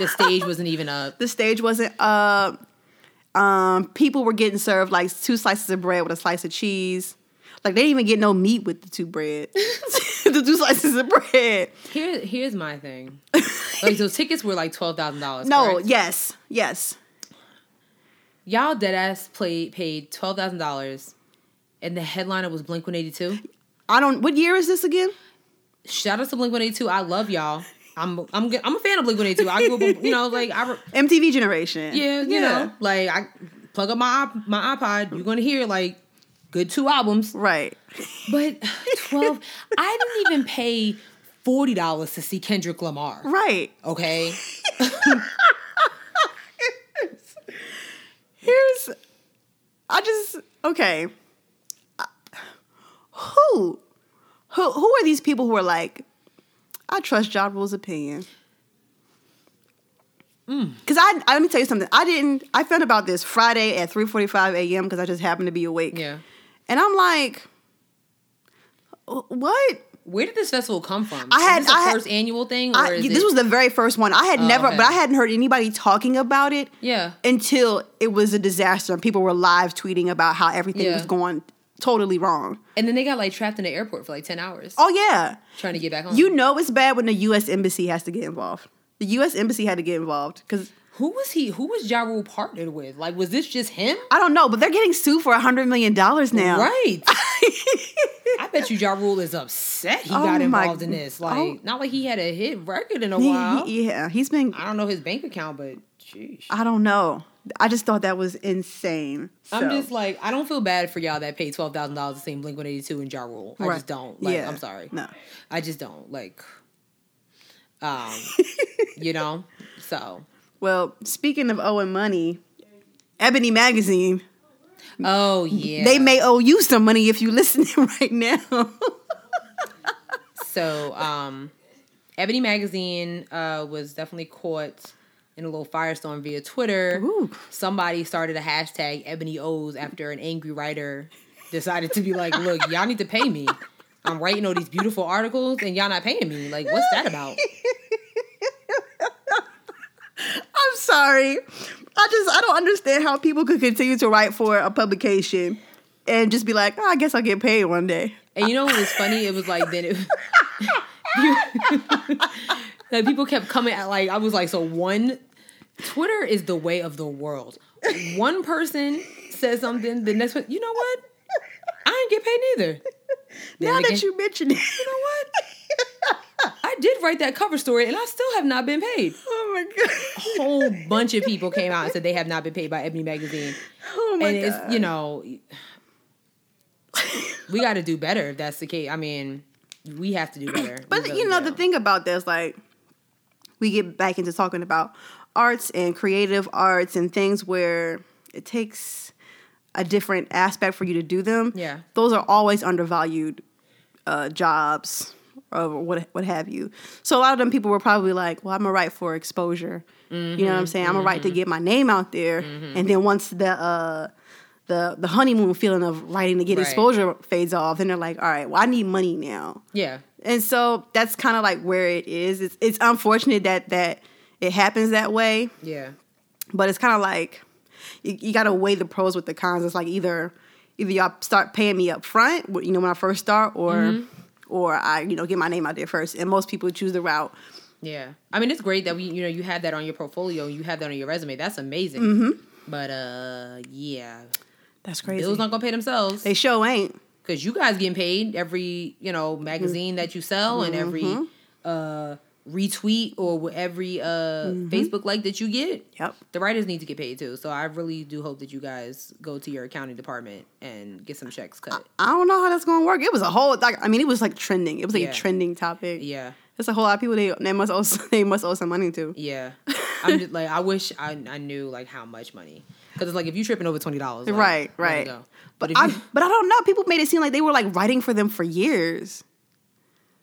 the stage wasn't even up.
The stage wasn't up. Um, people were getting served like two slices of bread with a slice of cheese. Like they didn't even get no meat with the two bread, the two slices of bread.
Here, here's my thing. Like those tickets were like twelve thousand dollars.
No,
correct?
yes, yes.
y'all dead ass played paid twelve thousand dollars, and the headliner was Blink One Eighty Two.
I don't. What year is this again?
Shout out to Blink One Eighty Two. I love y'all. I'm I'm g- I'm a fan of Blink One Eighty Two. I grew up, on- you know, like I. re-
MTV generation.
Yeah, you know, like I plug up my iP- my iPod, you're gonna hear like good two albums.
Right.
But twelve, I didn't even pay forty dollars to see Kendrick Lamar.
Right.
Okay,
Here's, I just okay. Uh, Who, who, who are these people who are like, I trust Ja Rule's opinion.
Hmm.
Because I, I, let me tell you something. I didn't. I found about this Friday at three forty-five a.m. because I just happened to be awake.
yeah.
and I'm like, "Wh- what?
Where did this festival come from?
I had-
is this the
I had-
first annual thing, or
I,
is
this
it, Oh,
was the very first one. I had never,
okay.
but I hadn't heard anybody talking about it.
yeah.
until it was a disaster and people were live tweeting about how everything
Yeah.
was going totally wrong.
And then they got like trapped in the airport for like ten hours
Oh yeah.
trying to get back home.
You know it's bad when the US embassy has to get involved. The US embassy had to get involved cuz
who was he? Who was Ja Rule partnered with? Like, was this just him?
I don't know, but they're getting sued for 100 million dollars now.
Right. I bet you Ja Rule is upset he
Oh
got
my-
involved in this. Like,
oh.
not like he had a hit record in a
He-
while.
he- yeah, he's been
I don't know his bank account, but sheesh.
I don't know. I just thought that was insane.
I'm
So,
just like, I don't feel bad for y'all that paid twelve thousand dollars to see Blink One Eighty Two and Ja Rule. I
right.
just don't. Like,
Yeah.
I'm sorry.
No.
I just don't. Like, um, you know. So,
Well, speaking of owing money, Ebony Magazine,
oh yeah.
they may owe you some money if you listening right now.
So, um, Ebony Magazine uh, was definitely caught in a little firestorm via Twitter.
Ooh.
Somebody started a hashtag Ebony O's after an angry writer decided to be like, look, y'all need to pay me. I'm writing all these beautiful articles and y'all not paying me. Like, what's that about?
I'm sorry. I just I don't understand how people could continue to write for a publication and just be like, oh, I guess I'll get paid one day.
And you know what was funny? It was like then it like people kept coming at like I was like, so one Twitter is the way of the world. One person says something, the next one, you know what? I didn't get paid neither. Then
now
again-
that you mention it, you know what?
did write that cover story and I still have not been paid.
Oh my god.
A whole bunch of people came out and said they have not been paid by Ebony Magazine.
Oh my
and
god.
it's, you know, we got to do better if that's the case. I mean, we have to do better.
But
We
you
really
know,
do.
the thing about this, like, we get back into talking about arts and creative arts and things where it takes a different aspect for you to do them.
Yeah.
those are always undervalued uh, jobs or what what have you. So a lot of them people were probably like, "Well, I'm gonna write for exposure." You know
Mm-hmm.
what I'm saying? I'm gonna write to get my name out there, and then once the uh, the the honeymoon feeling of writing to get
Right.
exposure fades off, then they're like, "All right, well, I need money now."
Yeah.
And so that's kind of like where it is. It's it's unfortunate that that it happens that way,
Yeah.
but it's kind of like you, you got to weigh the pros with the cons. It's like either either y'all start paying me up front, wh- you know, when I first start, or or I you know get my name out there first. And most people choose the route.
Yeah. I mean, it's great that we, you know, you have that on your portfolio, you have that on your resume. That's amazing. But uh, yeah,
That's Mm-hmm. crazy.
bills not gonna pay themselves
they show ain't.
because you guys getting paid every, you know, magazine that you sell and
Mm-hmm.
every uh retweet or wh- every uh
Mm-hmm.
Facebook like that you get.
Yep.
The writers need to get paid too. So I really do hope that you guys go to your accounting department and get some checks cut.
I don't know how that's gonna work. It was a whole. Like, I mean, it was like trending. It was like
Yeah.
a trending topic.
Yeah.
There's a whole lot of people they, they must owe they must owe some money to.
Yeah, I'm just, like I wish I, I knew like how much money because it's like if you tripping over twenty dollars, like,
Right,
let it
right.
go. But
But
if
I,
you,
but I don't know. People made it seem like they were like writing for them for years.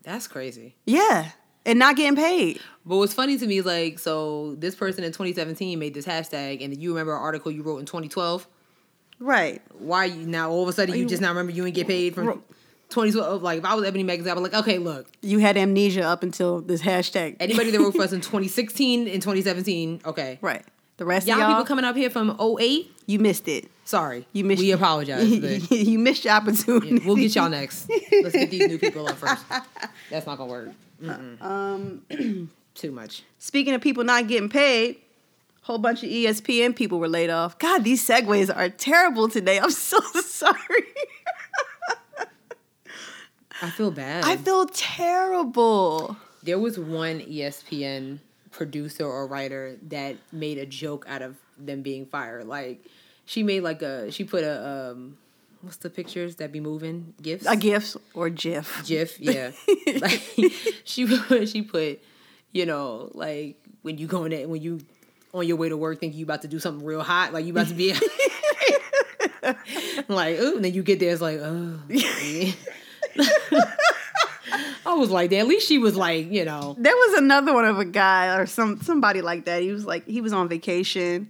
that's crazy.
Yeah, and not getting paid.
But what's funny to me is like so this person in 2017 made this hashtag, and you remember an article you wrote in 2012.
Right.
Why you now all of a sudden you just now remember you ain't get paid from
Ro-
2012? Like if I was Ebony Magazine, I'd be like, okay, look,
You had amnesia up until this hashtag.
anybody that wrote for us in 2016 and 2017, okay,
right. The rest
y'all,
of y'all,
people coming up here from 08,
you missed it.
sorry,
You missed.
we apologize. but-
you missed your opportunity.
We'll get y'all next. Let's get these new people up first. That's not gonna work.
Um,
Too much.
speaking of people not getting paid, whole bunch of E ESPN people were laid off. God, these segues are terrible today. I'm so sorry.
I feel bad.
I feel terrible.
there was one E ESPN producer or writer that made a joke out of them being fired. Like she made like a she put a um what's the pictures that be moving gifts
A GIF or GIF.
GIF yeah like she put- she put you know like when you going at when you on your way to work thinking you about to do something real hot like you about to be like ooh and then you get there it's like oh yeah. I was like that at least she was like you know
There was another one of a guy or some somebody like that. He was like he was on vacation.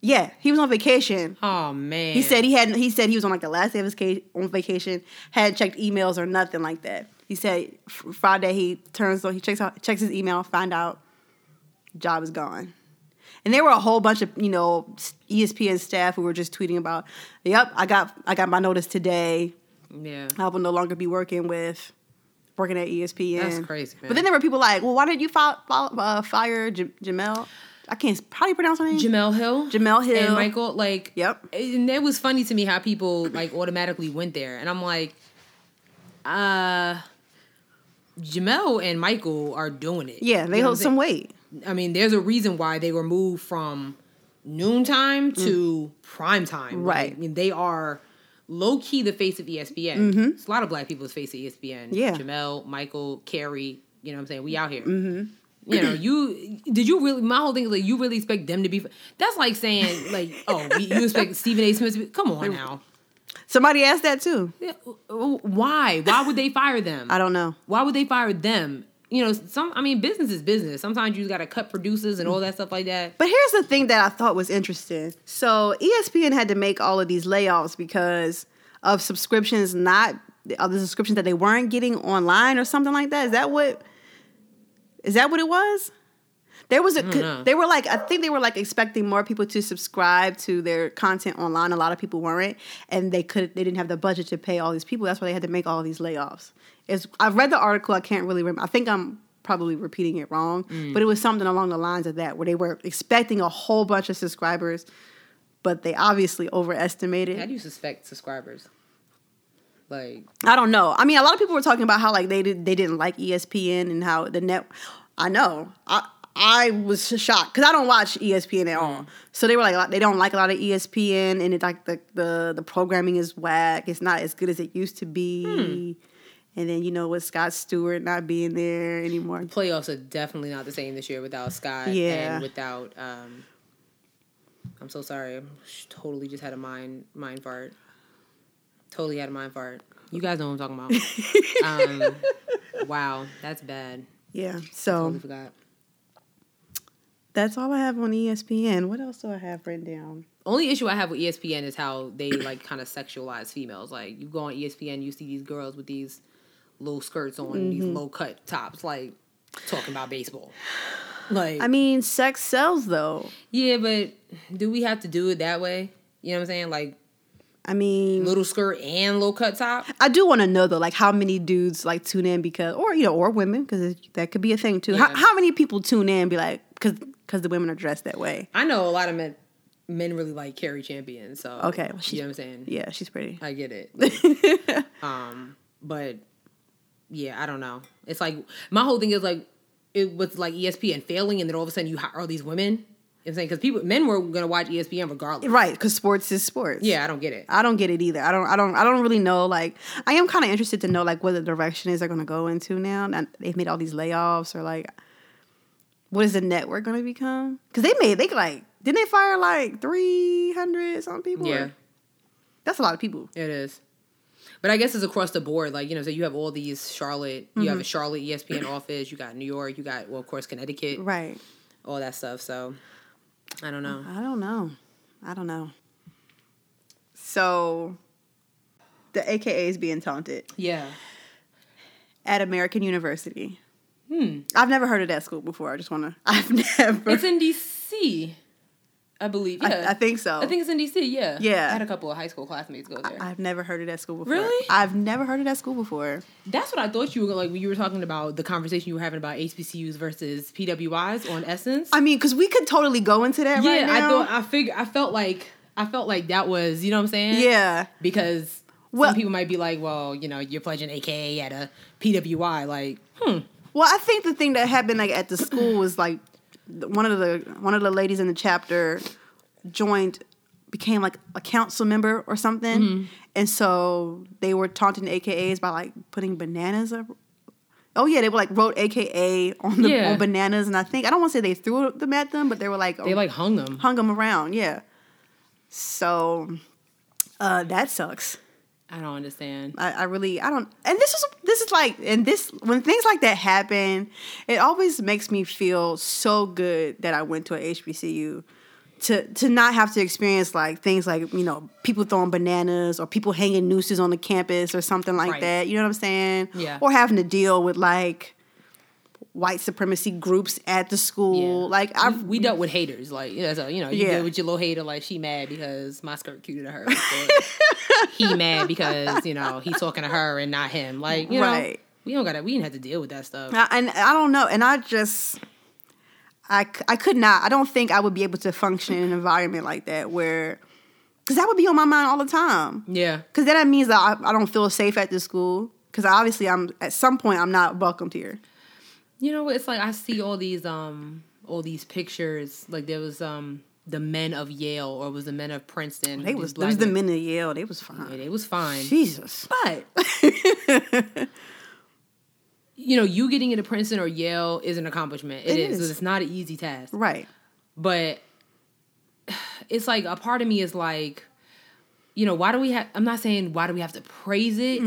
Yeah, he was on vacation.
oh man
He said he hadn't. He said he was on like the last day of his ca- on vacation. Hadn't checked emails or nothing like that. He said fr- Friday he turns on. He checks out checks his email. Find out job is gone. And there were a whole bunch of you know s- ESPN staff who were just tweeting about, "Yep, I got I got my notice today.
yeah
I will no longer be working with." Working at E ESPN.
That's crazy,
But then
man.
there were people like, well, why did you file, file, uh, fire J- Jamel? I can't s- probably pronounce her name.
Jamel Hill
Jamel Hill.
and Michael like
Yep.
and it was funny to me how people like automatically went there and I'm like uh Jamel and Michael are doing it
yeah,
You know
they
what I'm
hold some weight.
I mean, there's a reason why they were moved from noontime to prime time. Like,
Mm. Right.
I mean, they are low key the face of E ESPN. It's a lot of black people's face of E ESPN.
Mm-hmm. Yeah.
Jamel, Michael, Carrie. You know what I'm saying? We out here.
Mm-hmm.
You know, you did you really? My whole thing is like, you really expect them to be? That's like saying like, oh, you- you expect Stephen A. Smith? To be, come on now.
Somebody asked that too.
Yeah, Why? Why would they fire them?
I don't know.
why would they fire them? You know, some I mean, business is business. Sometimes you got to cut producers and all that stuff like that.
But here's the thing that I thought was interesting. So E ESPN had to make all of these layoffs because of subscriptions not of the subscriptions that they weren't getting online or something like that. Is that what is that what it was? There was a
know.
they were like I think they were like expecting more people to subscribe to their content online. A lot of people weren't, and they could they didn't have the budget to pay all these people. That's why they had to make all these layoffs. It's I've read the article. I can't really remember. I think I'm probably repeating it wrong, but it was something along the lines of that where they were expecting a whole bunch of subscribers, but they obviously overestimated.
How do you suspect subscribers? Like
I don't know. I mean, a lot of people were talking about how like they did they didn't like E ESPN and how the net. I know. I I was shocked because I don't watch E ESPN at all. So they were like a lot- they don't like a lot of E ESPN and it's like the the the programming is whack. It's not as good as it used to be. And then you know with Scott Stewart not being there anymore.
playoffs are definitely not the same this year without Scott
Yeah.
and without. um I'm so sorry. I totally just had a mind mind fart. Totally had a mind fart. You guys know what I'm talking about. um, wow, that's bad.
Yeah. So
Totally forgot.
that's all I have on E ESPN. What else do I have written down?
Only issue I have with E ESPN is how they like kind of sexualize females. Like you go on E ESPN, you see these girls with these little skirts on, these
Mm-hmm.
low cut tops, like talking about baseball. Like
I mean, sex sells though.
Yeah, but do we have to do it that way? You know what I'm saying? Like
I mean,
little skirt and low cut top.
I do want to know though, like how many dudes like tune in because, or you know, or women because that could be a thing too. How,
Yeah.
how many people tune in and be like, because because the women are dressed that way?
I know a lot of men men really like Carrie Champion, so
Okay, well, she-
you know what I'm saying?
Yeah, she's pretty.
I get it. Like, um, but yeah, I don't know. It's like my whole thing is like it was like E ESPN failing, and then all of a sudden you hire all these women. You know what I'm saying because people men were gonna watch E ESPN regardless.
Right, because sports is sports.
Yeah, I don't get it.
I don't get it either. I don't. I don't. I don't really know. Like, I am kind of interested to know like what the direction is they're going to go into now. And they've made all these layoffs, or like, what is the network going to become? Because they made they like didn't they fire like three hundred some people? Or-
Yeah.
that's a lot of people.
It is. But I guess it's across the board. Like, you know, so you have all these Charlotte, you
Mm-hmm.
have a Charlotte E ESPN office, you got New York, you got, well, of course, Connecticut,
Right.
all that stuff. So I don't know.
I don't know. I don't know. So the AKA is being taunted
Yeah.
at American University. Hmm. I've never heard of that school before. I just want to. I've never.
It's in D.C., I believe. Yeah.
I, I think so.
I think it's in D.C., yeah.
Yeah.
I had a couple of high school classmates go there.
I've never heard of that school before.
Really?
I've never heard of that school before.
That's what I thought you were like when you were talking about the conversation you were having about HBCUs versus PWIs on Essence.
I mean, because we could totally go into that
yeah,
right now.
I thought, I fig- I felt like, I felt like that was, you know what I'm saying?
yeah.
because
Well-
some people might be like, well, you know, you're pledging AKA at a PWI, like, hmm,
Well, I think the thing that happened like at the school was like th- one of the one of the ladies in the chapter joined became like a council member or something,
Mm-hmm.
and so they were taunting the AKAs by like putting bananas up. Oh yeah, they were like wrote AKA on the
Yeah.
on bananas, and I think I don't want to say they threw them at them, but they were like
they like hung them.
hung them around. Yeah, so uh, that sucks.
I don't understand.
I, I really I don't and this is this is like and this when things like that happen, it always makes me feel so good that I went to a HBCU to to not have to experience like things like, you know, people throwing bananas or people hanging nooses on the campus or something like
Right.
that. You know what I'm saying?
Yeah.
Or having to deal with like white supremacy groups at the school. Like I
We, we dealt with haters, like you know, so you know, you
Yeah.
deal with your little hater, like she mad because my skirt cuter to her, or he mad because you know he's talking to her and not him, like you
Right.
know, we don't gotta, we didn't have to deal with that stuff.
I- and I don't know, and I just, I, c- I could not. I don't think I would be able to function in an environment like that where, because that would be on my mind all the time.
Yeah,
Because then that means that I, I don't feel safe at the school. Because obviously, I'm at some point I'm not welcomed here.
you know, it's like I see all these, um, all these pictures. Like there was, um, the men of Yale, or it was the men of Princeton?
They
these
was, it
black
was the
men.
men of Yale. They was fine.
It was fine.
Jesus.
But you know, you getting into Princeton or Yale is an accomplishment.
It
it is.
is.
It's not an easy task.
Right.
But it's like a part of me is like, you know, why do we have? I'm not saying why do we have to praise it,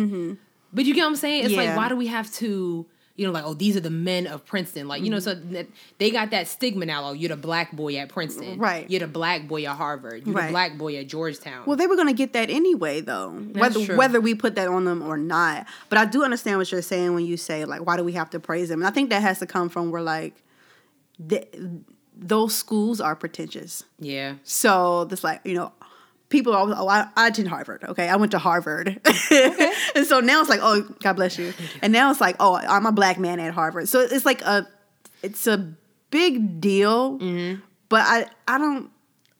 but you get what I'm saying. It's
Mm-hmm. Yeah.
like why do we have to? You know, like oh, these are the men of Princeton. Like you know, so
Mm-hmm.
that they got that stigma now. Oh, you're the black boy at Princeton.
Right.
You're the black boy at Harvard. You're
Right.
the black boy at Georgetown.
Well, they were going to get that anyway, though,
That's
whether
true.
whether we put that on them or not. But I do understand what you're saying when you say like, why do we have to praise them? And I think that has to come from where like, th those schools are pretentious.
yeah.
So this like you know. People always, oh, I, I attend Harvard. Okay, I went to Harvard, and so now it's like, oh, God bless you. And now it's like, oh, I'm a black man at Harvard. So it's like a,
Mm-hmm.
it's a big deal. But I, I don't,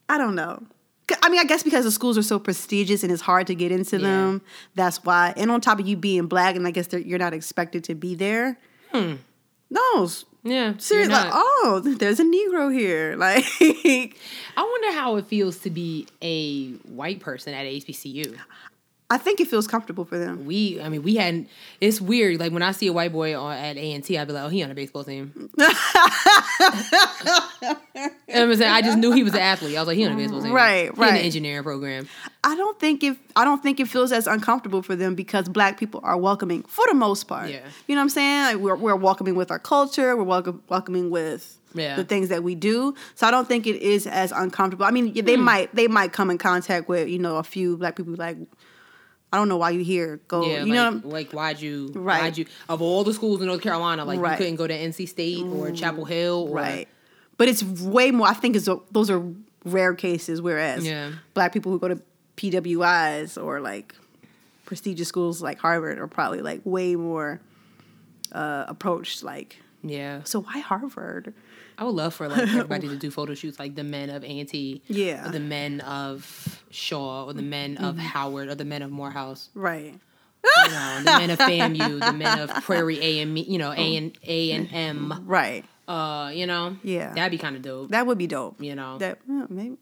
I don't know. 'Cause I mean, I guess because the schools are so prestigious and it's hard to get into
Yeah.
them, that's why. And on top of you being black, and I guess they're- you're not expected to be there. No, s-
Yeah, Hmm. you're
seriously, like,
not.
oh, there's a Negro here. Like,
I wonder how it feels to be a white person at HBCU.
I think it feels comfortable for them.
We, I mean, we hadn't. It's weird. Like when I see a white boy on, at A and T, I'd be like, "Oh, he on the baseball team." And I'm saying, I just knew he was an athlete. I was like, "He on the baseball team."
Right,
He in
right.
the engineering program.
I don't think if I don't think it feels as uncomfortable for them because black people are welcoming for the most part.
Yeah.
You know what I'm saying? Like we're we're welcoming with our culture, we're welcome, welcoming with
Yeah.
the things that we do. So I don't think it is as uncomfortable. I mean, they
Hmm.
might they might come in contact with, you know, a few black people like I don't know why you here. Go,
Yeah,
you know,
like,
what I'm-
like why'd you?
Right.
Why'd you? Of all the schools in North Carolina, like you
Right. Mm.
couldn't go to NC State or Chapel Hill, or,
right. But it's way more. I think it's those are rare cases. Whereas
Yeah.
black people who go to PWIs or like prestigious schools like Harvard are probably like way more uh, approached. Like,
Yeah,
so why Harvard?
I would love for like everybody to do photo shoots, like the men of A&T,
Yeah. Mm-hmm.
or the men of Shaw, or the men of Howard, or the men of Morehouse.
Right.
you know, the men of FAMU, the men of Prairie A and me, you know,
Oh.
A and A and M.
Right.
Uh, you know,
Yeah.
that'd be kind of dope.
That would be dope.
You know,
That yeah, maybe.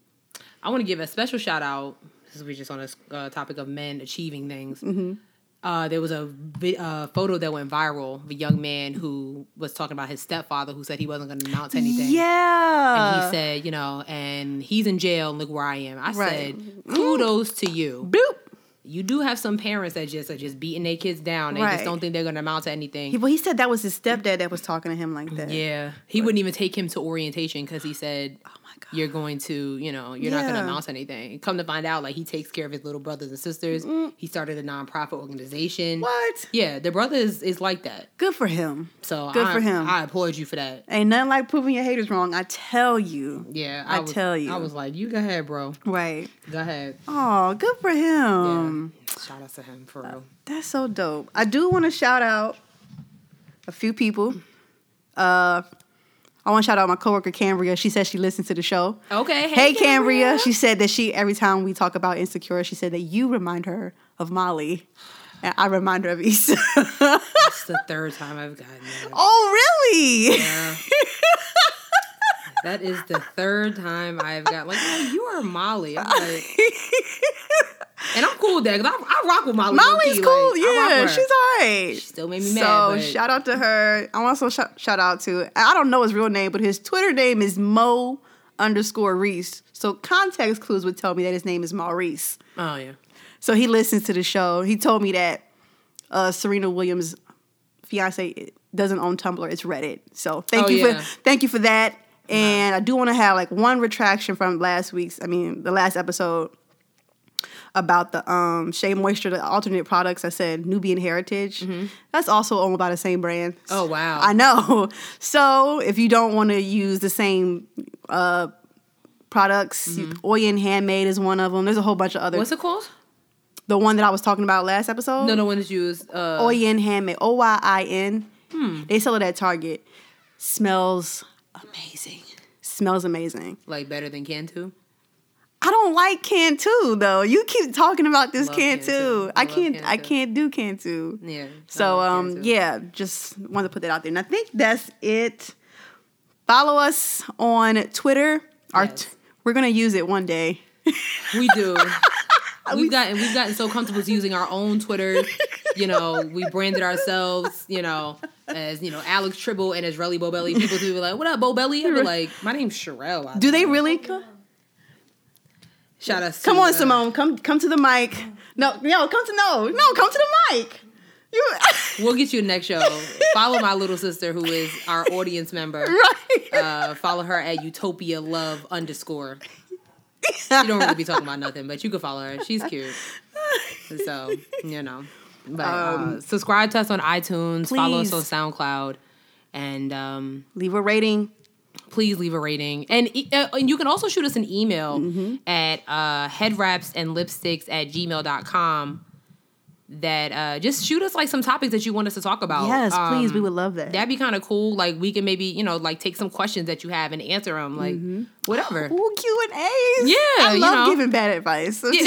I want to give a special shout out. Since we're just on this uh, topic of men achieving things.
Mm-hmm.
Uh, there was a vi- uh, photo that went viral of a young man who was talking about his stepfather who said he wasn't going to announce anything.
Yeah.
And he said, you know, and he's in jail and look where I am. I
Right. Mm-hmm.
said, kudos to you.
"Boop."
You do have some parents that just are just beating their kids down. They just
Right.
don't think they're going to amount to anything.
He, well, he said that was his stepdad that was talking to him like that.
Yeah, he wouldn't even take him to orientation because he said,
Oh my god.
"You're going to, you know, you're not going to
Yeah.
announce anything." Come to find out, like he takes care of his little brothers and sisters. He started a nonprofit organization.
Mm. What?
Yeah, the brother is, is like that.
Good for him.
So
Good
I,
for him.
I applaud you for that.
Ain't nothing like proving your haters wrong. I tell you.
Yeah,
I
was-
tell you.
I was like, "You go ahead, bro.
Right.
Go ahead."
Oh, good for
Yeah.
him.
Shout out to him
uh,
for real.
That's so dope. I do want to shout out a few people. Uh, I want to shout out my coworker Cambria. She said she listened to the show.
Okay,
Hey, Cambria. She said that she every time we talk about insecure, she said that you remind her of Molly, and I remind her of Issa.
It's the third time I've gotten that.
oh, really?
Yeah. that is the third time I've got like, oh, you are Molly. I'm like, and I'm cool with that because I, I rock with Molly.
Molly's
low-key,
cool.
like, I rock
yeah,
with her.
she's all right.
She still made me mad.
So
but
shout out to her. I want to shout, shout out to I don't know his real name, but his Twitter name is Mo underscore Reese. So context clues would tell me that his name is Maurice.
Oh yeah.
So he listens to the show. He told me that uh, Serena Williams' fiance doesn't own Tumblr; it's Reddit. So thank
Oh,
you
yeah.
for thank you for that. And I do want to have like one retraction from last week's. I mean, the last episode about the um Shea Moisture, the alternate products. I said Nubian Heritage. That's also owned by the same brand.
Mm-hmm. Oh, wow.
I know. So if you don't want to use the same uh products, Oyen Handmade is one of them. There's a whole bunch of other
Mm-hmm. What's it called?
the one that I was talking about last episode.
No, no one is used. Uh,
Oyen handmade. O Y I N.
Hmm.
They sell it at Target. Smells amazing. Smells amazing.
like better than Cantu.
I don't like Cantu though. You keep talking about this
Love Cantu.
Cantu. I
Love
can't. I
Cantu.
can't do Cantu.
Yeah.
So
I like
um
Cantu.
yeah, just wanted to put that out there. And I think that's it. Follow us on Twitter. Our
Yes.
t- we're gonna use it one day.
we do. We've gotten we've gotten so comfortable to using our own Twitter. You know, we branded ourselves. You know, as you know, Alex Tribble and Israeli Bobelli. People do be like, "What up, Bobelli?" I be like, "My name's Sherelle." I
Do they really?
Shout us.
Come
to,
on,
uh,
Simone. Come come to the mic. No, no, come to no, no, come to the mic. You
We'll get you the next show. Follow my little sister, who is our audience member.
right.
Uh, follow her at Utopia Love underscore. She don't really be talking about nothing, but you can follow her. She's cute. So you know, but uh, subscribe to us on iTunes. Follow us on
Um, please.
SoundCloud, and um,
Leave a rating.
please leave a rating. And e- uh, and you can also shoot us an
Mm-hmm.
email at uh, headwrapsandlipsticks at gmail.com. that uh, just shoot us like some topics that you want us to talk about.
Yes,
Um,
please. We would love that.
That'd be kind of cool. Like we can maybe you know like take some questions that you have and answer them. Like whatever.
Ooh, Q and A's.
Yeah,
I
you
love
know.
giving bad advice.
I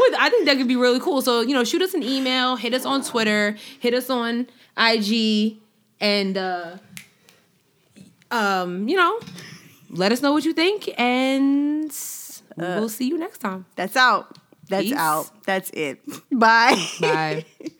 would. I think that could be really cool. So you know, shoot us an email, hit us on Twitter, hit us on IG, and uh, um, you know, let us know what you think, and we'll see you next time.
That's out. That's
Peace.
out. That's it. Bye.
Bye.